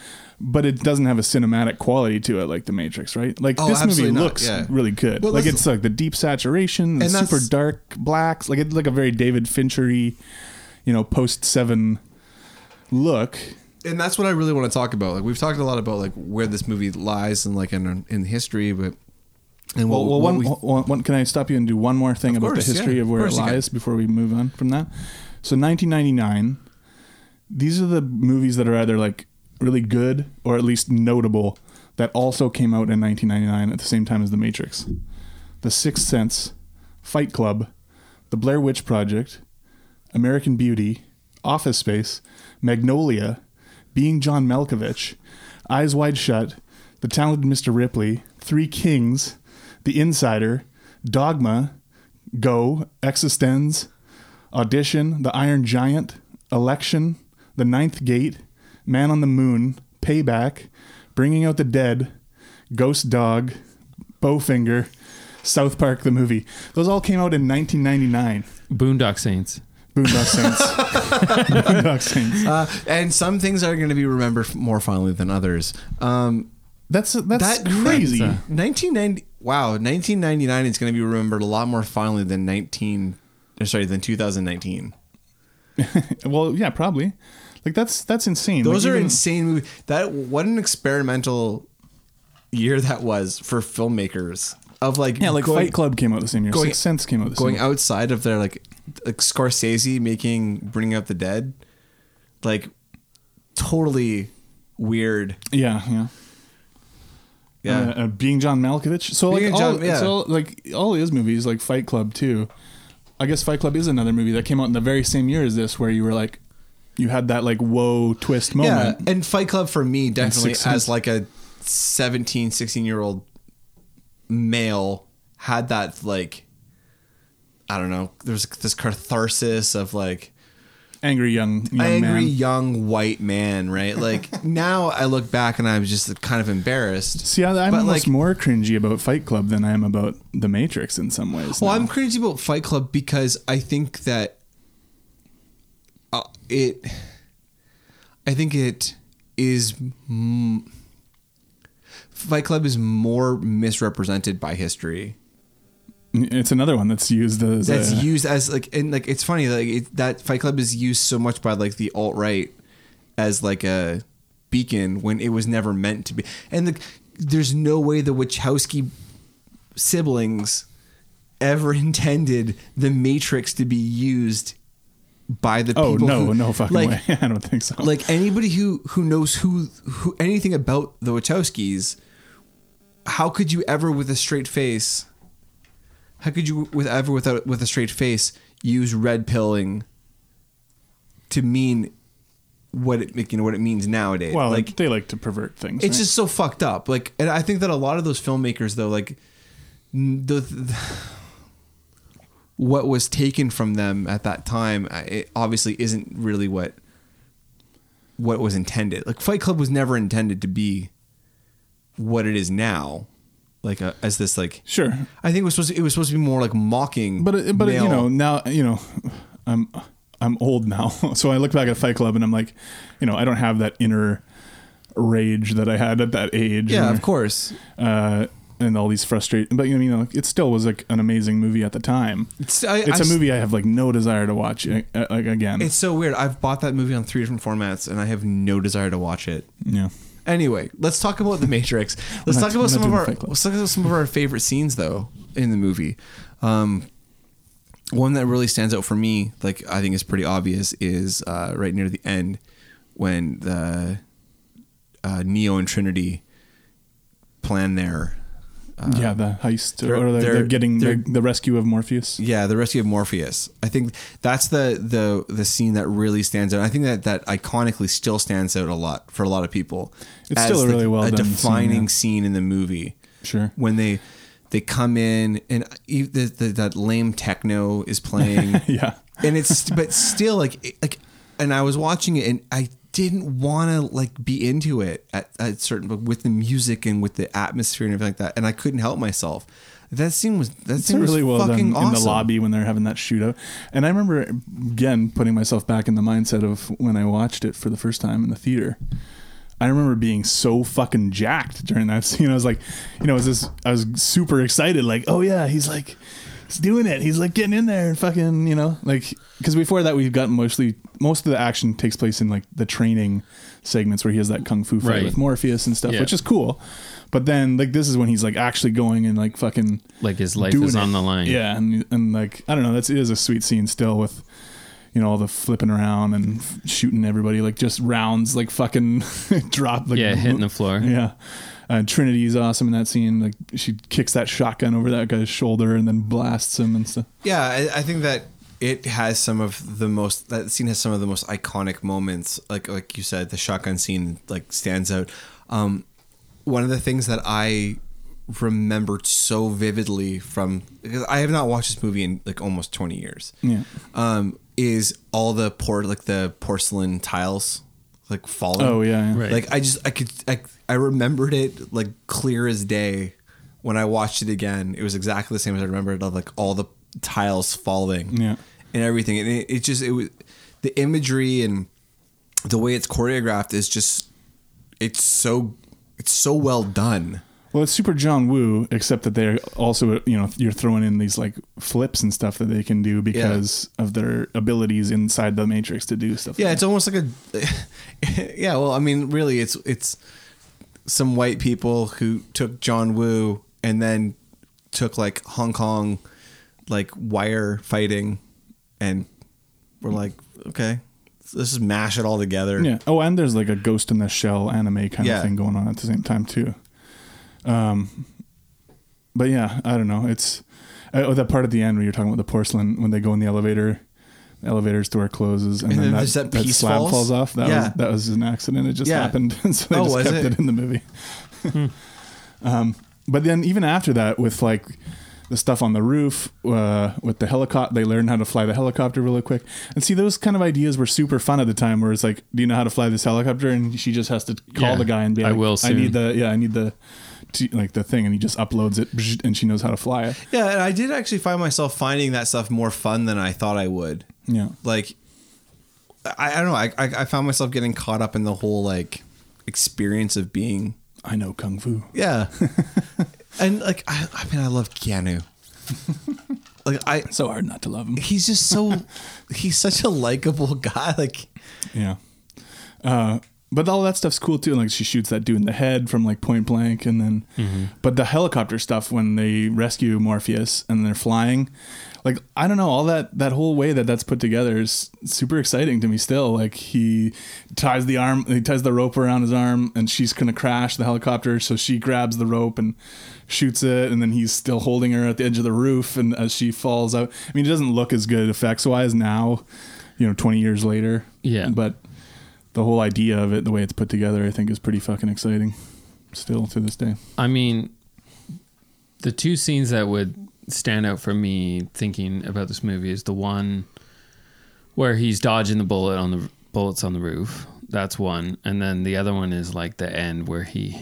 But it doesn't have a cinematic quality to it, like The Matrix, right? Like Oh, this movie absolutely not, looks yeah. really good. Well, like that's- it's like the deep saturation, the And that's- super dark blacks. Like it's like a very David Finchery, you know, post Seven look. and that's what I really want to talk about. Like we've talked a lot about like where this movie lies and like in in history, but and Well, what, well, what one, we- one- one- can I stop you and do one more thing about course, the yeah. history Of of where course it you can. lies before we move on from that? So, 1999. These are the movies that are either like really good or at least notable that also came out in 1999 at the same time as The Matrix. The Sixth Sense, Fight Club, The Blair Witch Project, American Beauty, Office Space, Magnolia, Being John Malkovich, Eyes Wide Shut, The Talented Mr. Ripley, Three Kings, The Insider, Dogma, Go, Existenz, Audition, The Iron Giant, Election, The Ninth Gate, Man on the Moon, Payback, Bringing Out the Dead, Ghost Dog, Bowfinger, South Park the movie. Those all came out in 1999. Boondock Saints. [LAUGHS] Boondock Saints. Boondock Saints. Uh, and some things are going to be remembered f- more fondly than others. Um, That's that's that uh, crazy. 1990. Wow, 1999 is going to be remembered a lot more fondly than 19. Or sorry, than 2019. Well, yeah, probably. Like that's that's insane. Those Like, are even- insane movies. That what an experimental year that was for filmmakers of like Yeah, like going, Fight Club came out the same year. going- Sixth Sense came out the same going year. outside of their like, like Scorsese making Bringing Up the Dead, like totally weird. Yeah, yeah. Yeah, Uh, uh, being John Malkovich. So Being like all, John- yeah. it's all like all his movies, like Fight Club too. I guess Fight Club is another movie that came out in the very same year as this, where you were like, you had that like whoa twist yeah. moment. And Fight Club for me definitely Sixth Sense. as like a 17, 16 year old male had that like I don't know. There's this catharsis of like Angry young, young angry man. young white man, right? Like [LAUGHS] now I look back and I was just kind of embarrassed. See, I, I'm But, almost like- more cringy about Fight Club than I am about The Matrix in some ways. Well, now. I'm crazy about Fight Club because I think that uh, it, I think it is. M- Fight Club is more misrepresented by history. it's another one that's used as That's a, used as like and like it's funny like it, that Fight Club is used so much by like the alt right as like a beacon when it was never meant to be. And the, there's no way the Wachowski siblings ever [LAUGHS] intended the Matrix to be used by the Oh people. no, who- no fucking like, way! [LAUGHS] I don't think so. [LAUGHS] like anybody who who knows who who anything about the Wachowskis, how could you ever with a straight face? How could you with ever without with a straight face use red pilling to mean what it you know what it means nowadays? well, like they like to pervert things. it's right? just so fucked up. Like, and I think that a lot of those filmmakers, though, like n- the, the [SIGHS] what was taken from them at that time, I- it obviously isn't really what what was intended. Like, Fight Club was never intended to be what it is now. Like, a, as this like, sure, I think it was supposed to, it was supposed to be more like mocking, but it- but it- you male- know now you know I'm I'm old now, [LAUGHS] so I look back at Fight Club and I'm like, you know, I don't have that inner rage that I had at that age. yeah, or- of course, Uh, and all these frustrating, but you know, you know, it still was like an amazing movie at the time. it's, I, It's a a movie I have like no desire to watch uh, uh, like again. It's so weird. I've bought that movie on three different formats, and I have no desire to watch it. yeah. Anyway, let's talk about the [LAUGHS] Matrix. Let's talk not- about we're not some of doing our Fight Club. let's talk about some of our favorite scenes though in the movie. Um, one that really stands out for me, like I think is pretty obvious, is uh, right near the end when the uh, Neo and Trinity plan their yeah, the heist, Uh, they're- or, or they're, they're they're- getting they're- the, the rescue of Morpheus. Yeah, the rescue of Morpheus. I think that's the the the scene that really stands out. I think that that iconically still stands out a lot for a lot of people. It's still a really well a done scene, defining yeah. scene in the movie Sure. when they they come in and e- the, the, that lame techno is [LAUGHS] playing Yeah. and it's but still like it- like and I was watching it and I didn't want to like be into it at, at certain but with the music and with the atmosphere and everything like that and I couldn't help myself. That scene was that It's scene was really well fucking done awesome. in the lobby when they're having that shootout. And I remember again putting myself back in the mindset of when I watched it for the first time in the theater. I remember being so fucking jacked during that [LAUGHS] scene. I was like, you know, I was just, I was super excited. Like, oh yeah, he's like, he's doing it. He's like getting in there and fucking, you know, like because before that we've gotten mostly most of the action takes place in like the training segments where he has that kung fu fight Right. with Morpheus and stuff, Yeah. which is cool. But then like this is when he's like actually going and like fucking Like his life doing is on it. the line. Yeah, and and like I don't know, that's it is a sweet scene still with you know all the flipping around and f- shooting everybody like just rounds like fucking [LAUGHS] drop like yeah, hitting the floor. yeah. Uh, Trinity's awesome in that scene. Like she kicks that shotgun over that guy's shoulder and then blasts him and stuff. Yeah, I, I think that it has some of the most that scene has some of the most iconic moments. Like like you said, the shotgun scene like stands out. Um, one of the things that I remembered so vividly from because I have not watched this movie in like almost twenty years. Yeah. Um, is all the port like the porcelain tiles like falling? Oh yeah. yeah. Right. Like I just I could I, I remembered it like clear as day when I watched it again. It was exactly the same as I remembered of like all the tiles falling Yeah. and everything. And it, it just it was the imagery and the way it's choreographed is just it's so it's so well done. Well, it's super John Woo, except that they're also you know you're throwing in these like flips and stuff that they can do because of their abilities inside the Matrix to do stuff. Yeah, like it's almost like a [LAUGHS] yeah. Well, I mean, really, it's it's some white people who took John Woo and then took like Hong Kong like wire fighting and we're like, okay, let's just mash it all together. that. yeah. Oh, and there's like a Ghost in the Shell anime kind Yeah. of thing going on at the same time too. Um, but yeah, I don't know. It's uh, oh, that part at the end where you're talking about the porcelain when they go in the elevator. The elevator's door closes, and, And then, then that, there's that that piece slab falls? falls, off. That Yeah. was that was an accident. It just Yeah. happened, [LAUGHS] so they Oh, just was kept it? it in the movie. but then even after that with like the stuff on the roof uh, with the helicopter they learn how to fly the helicopter really quick and see those kind of ideas were super fun at the time where it's like do you know how to fly this helicopter and she just has to call Yeah, the guy and be I like will i soon." need the yeah i need the t- like the thing and he just uploads it and she knows how to fly it Yeah, and I did actually find myself finding that stuff more fun than I thought I would. yeah Like, I, I don't know. I, I I found myself getting caught up in the whole like experience of being i know kung fu Yeah. and like I, I mean I love Keanu. like I so hard not to [LAUGHS] love him he's just so he's such a likable guy. Like yeah uh, but all that stuff's cool too. Like she shoots that dude in the head from like point blank, and then, but the helicopter stuff when they rescue Morpheus and they're flying, like I don't know, all that that whole way that that's put together is super exciting to me still. Like he ties the arm, he ties the rope around his arm, and she's gonna crash the helicopter, so she grabs the rope and shoots it, and then he's still holding her at the edge of the roof, and as she falls out, I mean, it doesn't look as good effects wise now, you know, twenty years later, Yeah. but the whole idea of it, the way it's put together, I think is pretty fucking exciting. Still to this day. I mean, the two scenes that would stand out for me thinking about this movie is the one where he's dodging the bullet on the bullets on the roof. That's one, and then the other one is like the end where he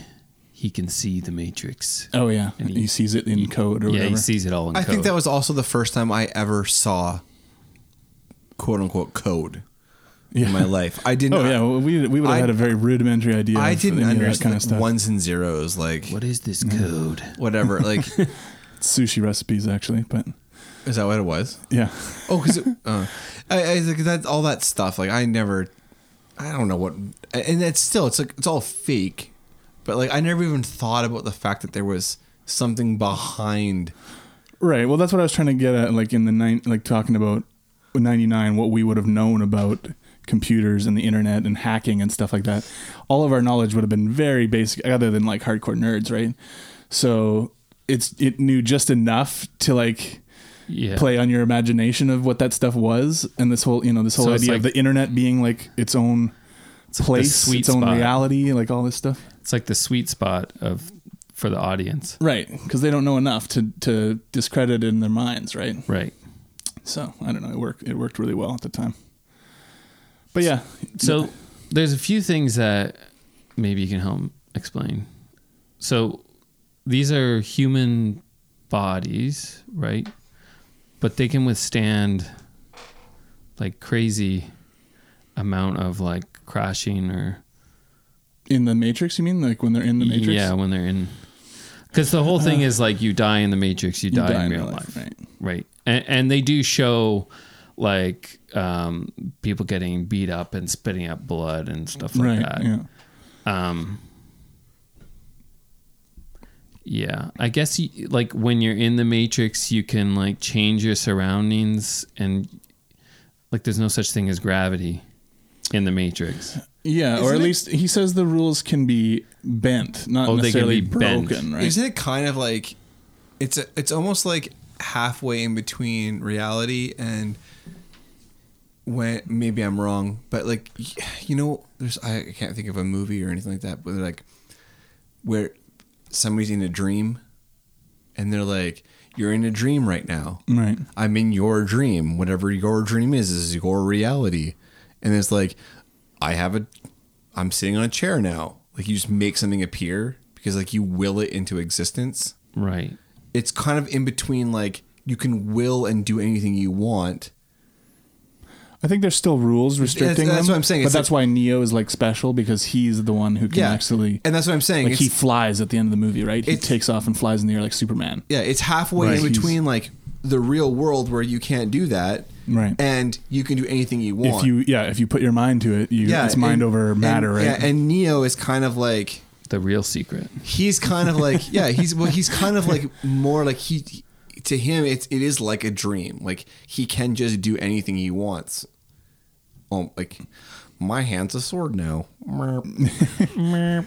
he can see the Matrix. Oh yeah, And he, he- sees it in code or yeah, whatever. he sees it all in I code. think that was also the first time I ever saw quote unquote code yeah. in [LAUGHS] my life. I didn't oh yeah, well, we we would have I- had a very rudimentary idea. I of didn't any of understand that kind of stuff. ones and zeros like what is this code? whatever [LAUGHS] like sushi recipes actually, but is that what it was? yeah, Oh, because uh, I, I think that all that stuff. Like I never, I don't know what, and that's still it's like it's all fake, but like I never even thought about the fact that there was something behind. right. Well, that's what I was trying to get at, like in the nine, like talking about ninety nine, what we would have known about computers and the internet and hacking and stuff like that. All of our knowledge would have been very basic, other than like hardcore nerds, right? So it's it knew just enough to like Yeah, play on your imagination of what that stuff was and this whole you know this whole So it's idea of like- the internet being like its own place sweet its own spot. reality like all this stuff it's like the sweet spot of for the audience, right because they don't know enough to to discredit it in their minds right right? so i don't know it worked it worked really well at the time but yeah So there's a few things that maybe you can help explain. So these are human bodies, right? But they can withstand like crazy amount of like crashing or in the matrix you mean like when they're in the matrix yeah when they're in because the whole thing is like you die in the matrix you, you die, in real life, right right and, and they do show like um people getting beat up and spitting up blood and stuff like right that yeah Um, yeah, I guess you, like when you're in the matrix, you can like change your surroundings and like there's no such thing as gravity in the matrix. Yeah, Isn't or at it- least he says the rules can be bent, not Oh, they can necessarily be broken, bent. right? Isn't it kind of like it's a, it's almost like halfway in between reality and when maybe I'm wrong, but like you know, there's I can't think of a movie or anything like that, but they're like where somebody's in a dream and they're like, You're in a dream right now. Right. I'm in your dream. Whatever your dream is is your reality. And it's like I have a I'm sitting on a chair now. Like you just make something appear because like you will it into existence. Right. It's kind of in between like you can will and do anything you want. I think there's still rules restricting that's them. what I'm saying. But It's that's why Neo is like special because he's the one who can Yeah. actually And that's what I'm saying. like it's, he flies at the end of the movie, right? He It's- takes off and flies in the air like Superman. yeah, it's halfway Right. in between like the real world where you can't do that. Right. And you can do anything you want. If you yeah, if you put your mind to it, you it's mind and- over matter, and- right? Yeah, and Neo is kind of like The real secret. he's kind of like yeah he's well he's kind of like more like he to him it's it is like a dream like he can just do anything he wants um like my hand's a sword now he [LAUGHS] well,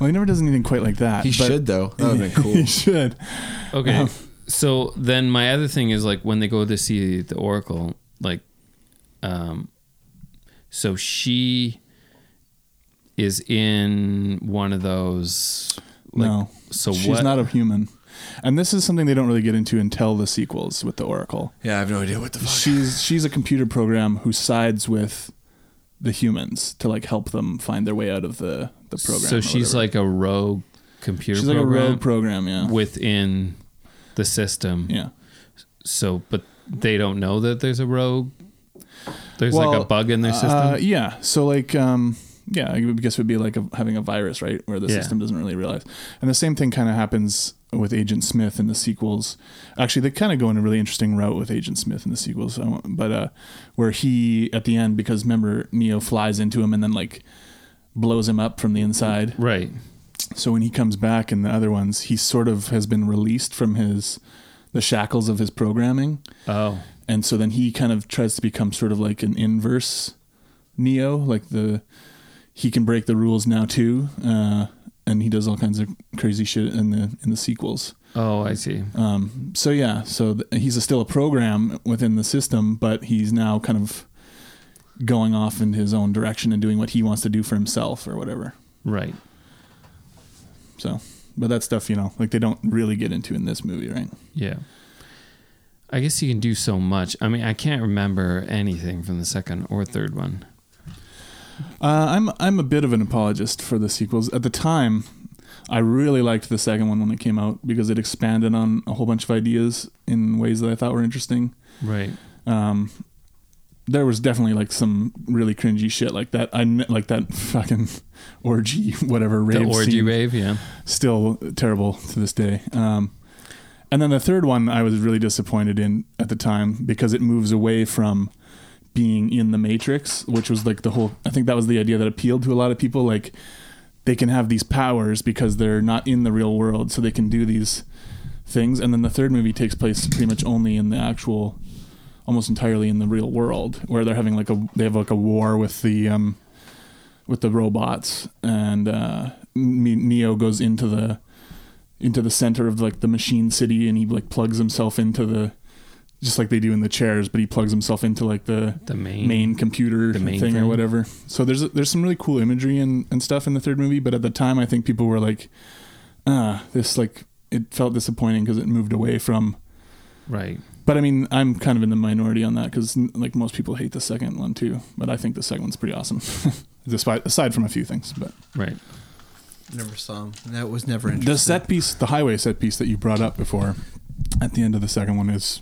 he never does anything quite like that. but should though that would [LAUGHS] have been cool He should. Okay. So then my other thing is like when they go to see the Oracle, like um so she is in one of those like no. so she's what not a human. And this is something they don't really get into until the sequels with the Oracle. yeah i have no idea what the fuck she's she's a computer program who sides with the humans to like help them find their way out of the the program. So or she's whatever. like a rogue computer she's like a program rogue program, yeah, within the system. yeah. So but they don't know that there's a rogue there's like Well, a bug in their system. Uh, yeah. So like, um, yeah, I guess it would be like a, having a virus, right, where the Yeah. system doesn't really realize. And the same thing kind of happens with Agent Smith in the sequels. Actually, they kind of go in a really interesting route with Agent Smith in the sequels. I won't- But uh, where he at the end, because remember Neo flies into him and then like blows him up from the inside. right. So when he comes back in the other ones, he sort of has been released from his the shackles of his programming Oh. and so then he kind of tries to become sort of like an inverse neo like the he can break the rules now too uh, and he does all kinds of crazy shit in the in the sequels Oh, I see. um, so yeah so th- he's a, still a program within the system but he's now kind of going off in his own direction and doing what he wants to do for himself or whatever Right. so but that stuff you know like they don't really get into in this movie right Yeah. I guess you can do so much. I mean, I can't remember anything from the second or third one. Uh, I'm I'm a bit of an apologist for the sequels. At the time, I really liked the second one when it came out because it expanded on a whole bunch of ideas in ways that I thought were interesting. Right. Um, there was definitely like some really cringy shit like that. I kn- like that fucking [LAUGHS] orgy, whatever rave the orgy scene. wave, yeah. Still terrible to this day. Um, and then the third one, I was really disappointed in at the time because it moves away from being in the matrix which was like the whole i think that was the idea that appealed to a lot of people like they can have these powers because they're not in the real world so they can do these things and then the third movie takes place pretty much only in the actual almost entirely in the real world where they're having like a they have like a war with the um with the robots and uh Ne- neo goes into the into the center of like the machine city and he like plugs himself into the just like they do in the chairs but he plugs himself into like the The main. main computer The main thing, or thing. whatever. So there's there's some really cool imagery and, and stuff in the third movie, but at the time I think people were like, ah, this like it felt disappointing because it moved away from. Right. But I mean, I'm kind of in the minority on that because like most people hate the second one too, but I think the second one's pretty awesome, [LAUGHS] despite aside from a few things. But Right. never saw him that was never the interesting set piece, the highway set piece that you brought up before, at the end of the second one is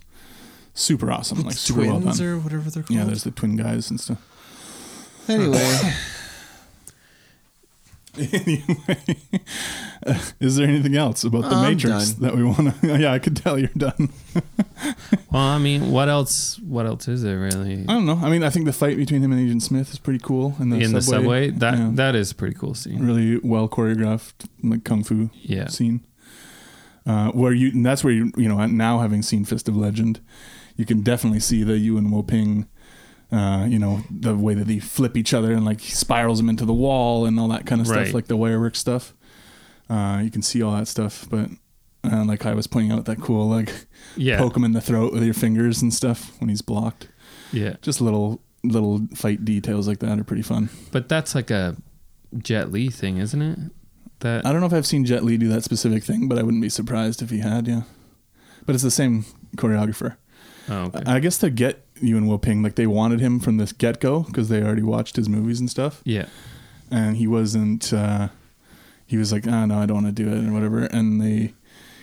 super awesome, like super well twins done. or whatever they're called Yeah, there's the twin guys and stuff. [LAUGHS] anyway anyway, is there anything else about the I'm Matrix done. that we want to? [LAUGHS] yeah, I could tell you're done. Well, I mean, what else? What else is there really? I don't know. I mean, I think the fight between him and Agent Smith is pretty cool in the in subway. the subway, that Yeah. that is a pretty cool scene. really well choreographed like kung fu Yeah. scene. Uh, where you and that's where you you know now having seen Fist of Legend, you can definitely see the Ewan Woping uh, you know, the way that they flip each other and like spirals them into the wall and all that kind of Right. stuff, like the wirework stuff. Uh, you can see all that stuff, but uh, like I was pointing out, that cool like Yeah. poke him in the throat with your fingers and stuff when he's blocked. Yeah. Just little little fight details like that are pretty fun. But that's like a Jet Li thing, isn't it? That I don't know if I've seen Jet Li do that specific thing, but I wouldn't be surprised if he had. Yeah, but it's the same choreographer. oh, okay. I I guess to get Ewan Will Ping, like they wanted him from the get go because they already watched his movies and stuff, yeah. and he wasn't. Uh, he was like, ah, no, I don't want to do it and whatever. And they,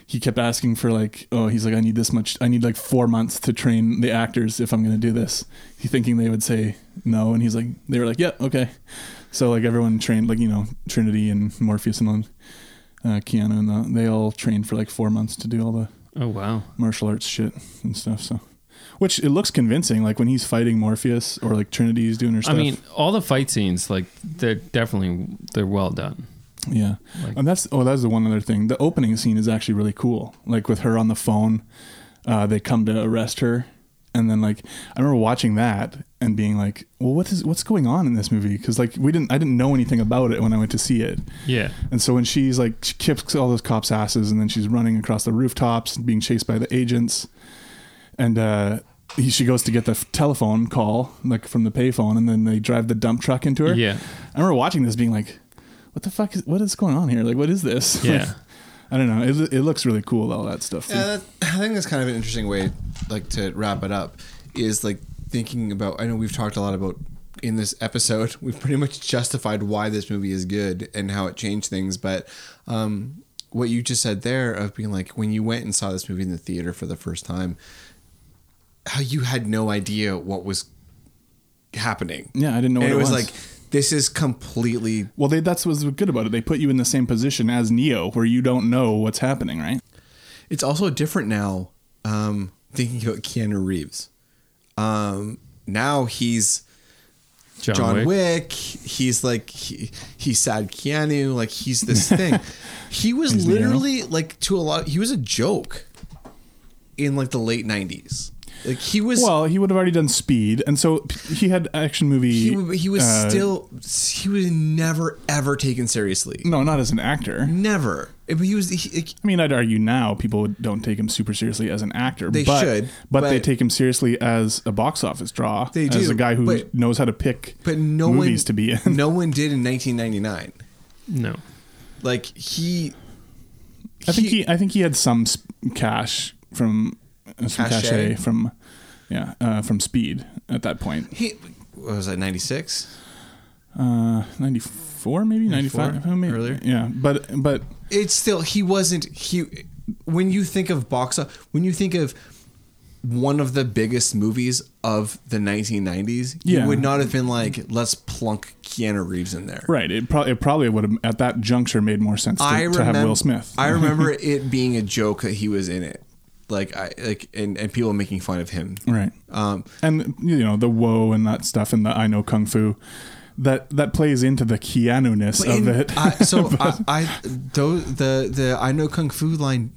he kept asking for like, oh, he's like, I need this much. I need like four months to train the actors if I'm going to do this. He thinking they would say no, and he's like, they were like, yeah, okay. So like everyone trained, like you know, Trinity and Morpheus and uh, Keanu and the, they all trained for like four months to do all the Oh wow. martial arts shit and stuff. So, which it looks convincing, like when he's fighting Morpheus or like Trinity's doing her I stuff. mean, all the fight scenes, like they're definitely they're well done. yeah, Like- and that's oh, that's the one other thing. The opening scene is actually really cool. Like with her on the phone, uh, they come to arrest her, and then like I remember watching that and being like, well, what is what's going on in this movie? Because like we didn't, I didn't know anything about it when I went to see it. Yeah. And so when she's like, she kicks all those cops' asses, and then she's running across the rooftops, and being chased by the agents, and uh, he, she goes to get the f- telephone call like from the payphone, and then they drive the dump truck into her. Yeah. I remember watching this, being like, "What the fuck is what is going on here? Like, what is this?" [LAUGHS] Like, Yeah. I don't know. It, it looks really cool, all that stuff. too. Yeah, that, Uh, I think that's kind of an interesting way, like to wrap it up, is like thinking about. I know we've talked a lot about in this episode. [LAUGHS] We've pretty much justified why this movie is good and how it changed things. But um, what you just said there of being like when you went and saw this movie in the theater for the first time, how you had no idea what was happening. Yeah, I didn't know And what it it was, was. like this is completely Well, they, that's what's good about it. They put you in the same position as Neo, where you don't know what's happening, right? It's also different now. Um, thinking about Keanu Reeves, um, now he's John, John Wick. Wick. He's like he, he's sad Keanu. Like he's [LAUGHS] this thing. he was He's the literally like to a lot. He was a joke in like the late nineties. Like he was. Well, he would have already done Speed, and so p- he had action movie. he, w- he was uh, still. He was never ever taken seriously. No, not as an actor. Never. But he was. He, I mean, I'd argue now people would- don't take him super seriously as an actor. They but, should, but, they but- take him seriously as a box office draw. They as do, a guy who but- knows how to pick but no movies one to be in. [LAUGHS] no one did in 1999. No. Like he. I think he, I think he had some sp- cash from uh, some Cachet. cachet from yeah uh, from Speed at that point. He what was that ninety six. Uh, ninety four maybe ninety 94? five maybe Earlier? Yeah, but but It's still he wasn't he. When you think of box o- when you think of one of the biggest movies of the nineteen nineties, Yeah. you would not have been like let's plunk Keanu Reeves in there. right it, pro- it probably would have at that juncture made more sense to, I to remember have Will Smith. I [LAUGHS] remember it being a joke that he was in it, like I like and and people making fun of him. right. Um, and you know the woe and that stuff and the I know kung fu that that plays into the Keanu ness But of in- it. [LAUGHS] I, so I, I those the the I know kung fu line,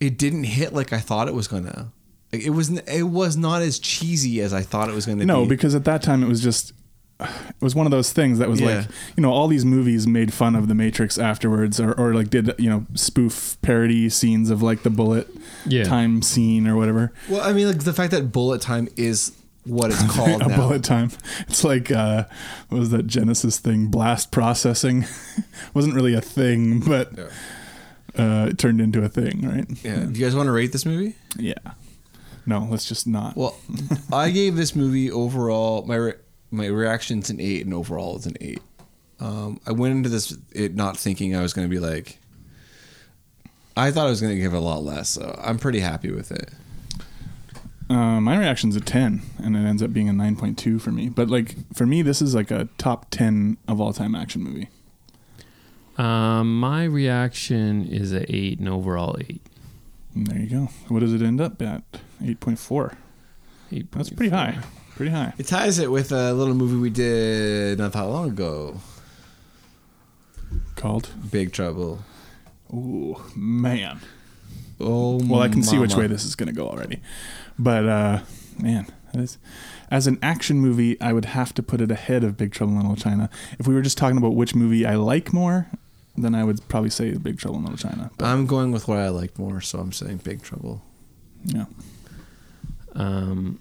it didn't hit like I thought it was gonna. Like, It was n- it was not as cheesy as I thought it was gonna no, be. because at that time it was just it was one of those things that was Yeah. like you know all these movies made fun of the Matrix afterwards or, or like did you know spoof parody scenes of like the bullet Yeah. time scene or whatever. well, I mean, like the fact that bullet time is what [LAUGHS] it's called a now. bullet time. It's like uh, what was that Genesis thing? Blast processing [LAUGHS] wasn't really a thing, but uh, it turned into a thing, right? Yeah. Do you guys want to rate this movie? Yeah. No, let's just not. Well, I gave this movie overall my re- my reaction's an eight, and overall it's an eight. Um, I went into this it not thinking I was going to be like. I thought I was going to give it a lot less, so I'm pretty happy with it. Uh, my reaction's a 10 and it ends up being a 9.2 for me. But like for me this is like a top 10 of all-time action movie. Um, my reaction is a eight and overall eight. And there you go. What does it end up at? 8.4. Eight That's point pretty four. high. Pretty high. It ties it with a little movie we did not that long ago, Called. Big Trouble. Oh, man. Oh, Well, I can see which mama. way this is going to go already. But uh man, that is. As an action movie, I would have to put it ahead of Big Trouble in Little China. If we were just talking about which movie I like more, then I would probably say Big Trouble in Little China. But, I'm going with what I like more, so I'm saying Big Trouble. yeah, Um,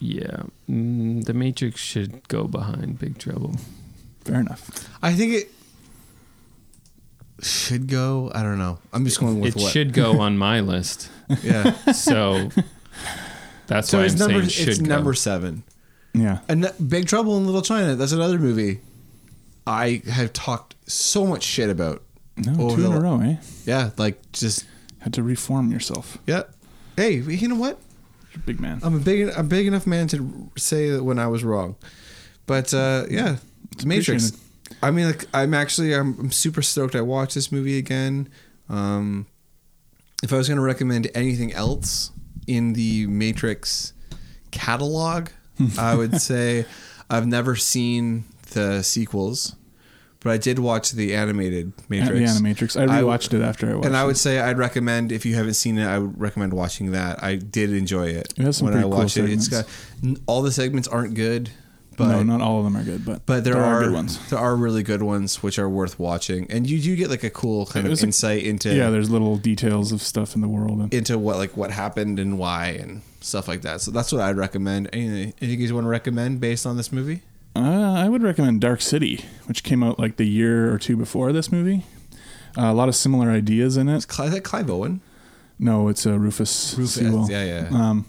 yeah, mm, The Matrix should go behind Big Trouble. fair enough. I think it should go. I don't know. I'm just going with it what. should go on my list. [LAUGHS] Yeah. So that's so why I'm it's number saying should it's go. number seven. Yeah, And that- Big Trouble in Little China. That's another movie I have talked so much shit about. no, Over two in the- a row, eh? Yeah, like just Had to reform yourself, yeah. Hey, you know what? You're a big man. I'm a big a big enough man to say that when I was wrong. But uh, yeah, It's Matrix. appreciated. I mean, like, I'm actually I'm, I'm super stoked. I watched this movie again. Um, if I was going to recommend anything else in the Matrix [LAUGHS] catalog, I would say I've never seen the sequels, but I did watch the animated At the Matrix. Animatrix. I I w- rewatched it after I watched and I it. would say I'd recommend if you haven't seen it, I would recommend watching that. I did enjoy it It has some when I pretty cool watched it. It's got segments. n- all the segments aren't good, but no, not all of them are good, but but there, are, good ones. There are really good ones which are worth watching, and you do get like a cool kind It of was a- insight into Yeah, there's little details of stuff in the world. And, into what like what happened and why and stuff like that. So that's what I'd recommend. Anything, anything you guys want to recommend based on this movie? uh, I would recommend Dark City, which came out like the year or two before this movie. Uh, a lot of similar ideas in it. It's Cli- is that Clive Owen? No, it's a Rufus, Rufus, Sewell. yeah, yeah. Um,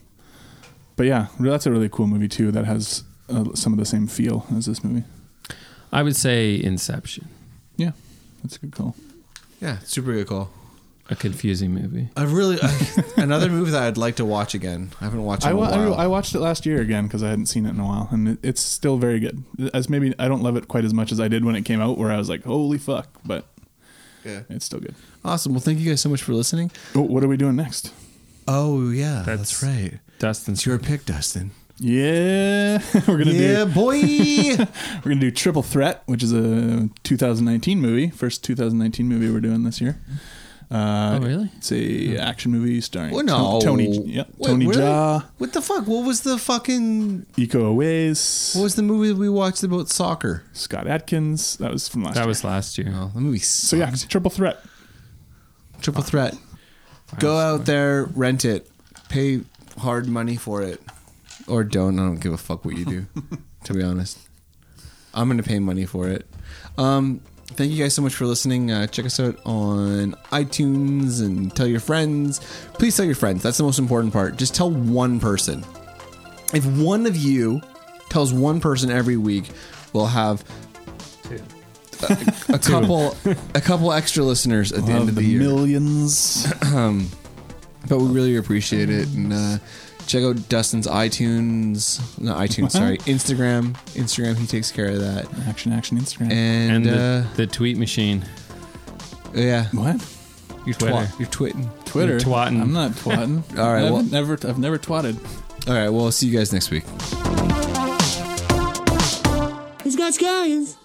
but yeah, re- that's a really cool movie too. That has uh, some of the same feel as this movie. I would say Inception. Yeah, that's a good call. Yeah, super good call. A confusing movie. I really [LAUGHS] I, another movie that I'd like to watch again. I haven't watched. It I, in a wa- I, while. I watched it last year again because I hadn't seen it in a while, and it, it's still very good. As maybe I don't love it quite as much as I did when it came out, where I was like, "Holy fuck!" But yeah. it's still good. Awesome. Well, thank you guys so much for listening. Oh, what are we doing next? Oh yeah, That's- that's, right. Dustin's It's your pick, Dustin. Yeah, [LAUGHS] we're gonna yeah, do [LAUGHS] boy. we're gonna do Triple Threat, which is a 2019 movie, first 2019 movie we're doing this year. Uh, Oh, really? It's a action movie starring Hmm. Well, no. Ton- Tony, yeah, Wait, Tony really? Jaa, What the fuck? What was the fucking? Iko Uwais, What was the movie we watched about soccer? Scott Adkins. That was from last. That year. was last year. Oh, the movie. so yeah, it's Triple Threat. Triple Threat. Go out there, rent it, pay hard money for it, or don't. I don't give a fuck what you do. to be honest, I'm gonna pay money for it. Um, thank you guys so much for listening. Uh, check us out on iTunes and tell your friends. Please tell your friends. That's the most important part. Just tell one person. If one of you tells one person every week, we'll have a, a couple a couple extra listeners at the end Of of the, year millions. but we really appreciate it and uh, check out dustin's itunes not itunes sorry instagram instagram he takes care of that action, action, Instagram. and, And, uh, the, the tweet machine. yeah what? you're Twitter. twat you're twitting Twitter. You're twatting. I'm not twatting. All right, I've well- never. I've never twatted. all right well see you guys next week He's got scallions.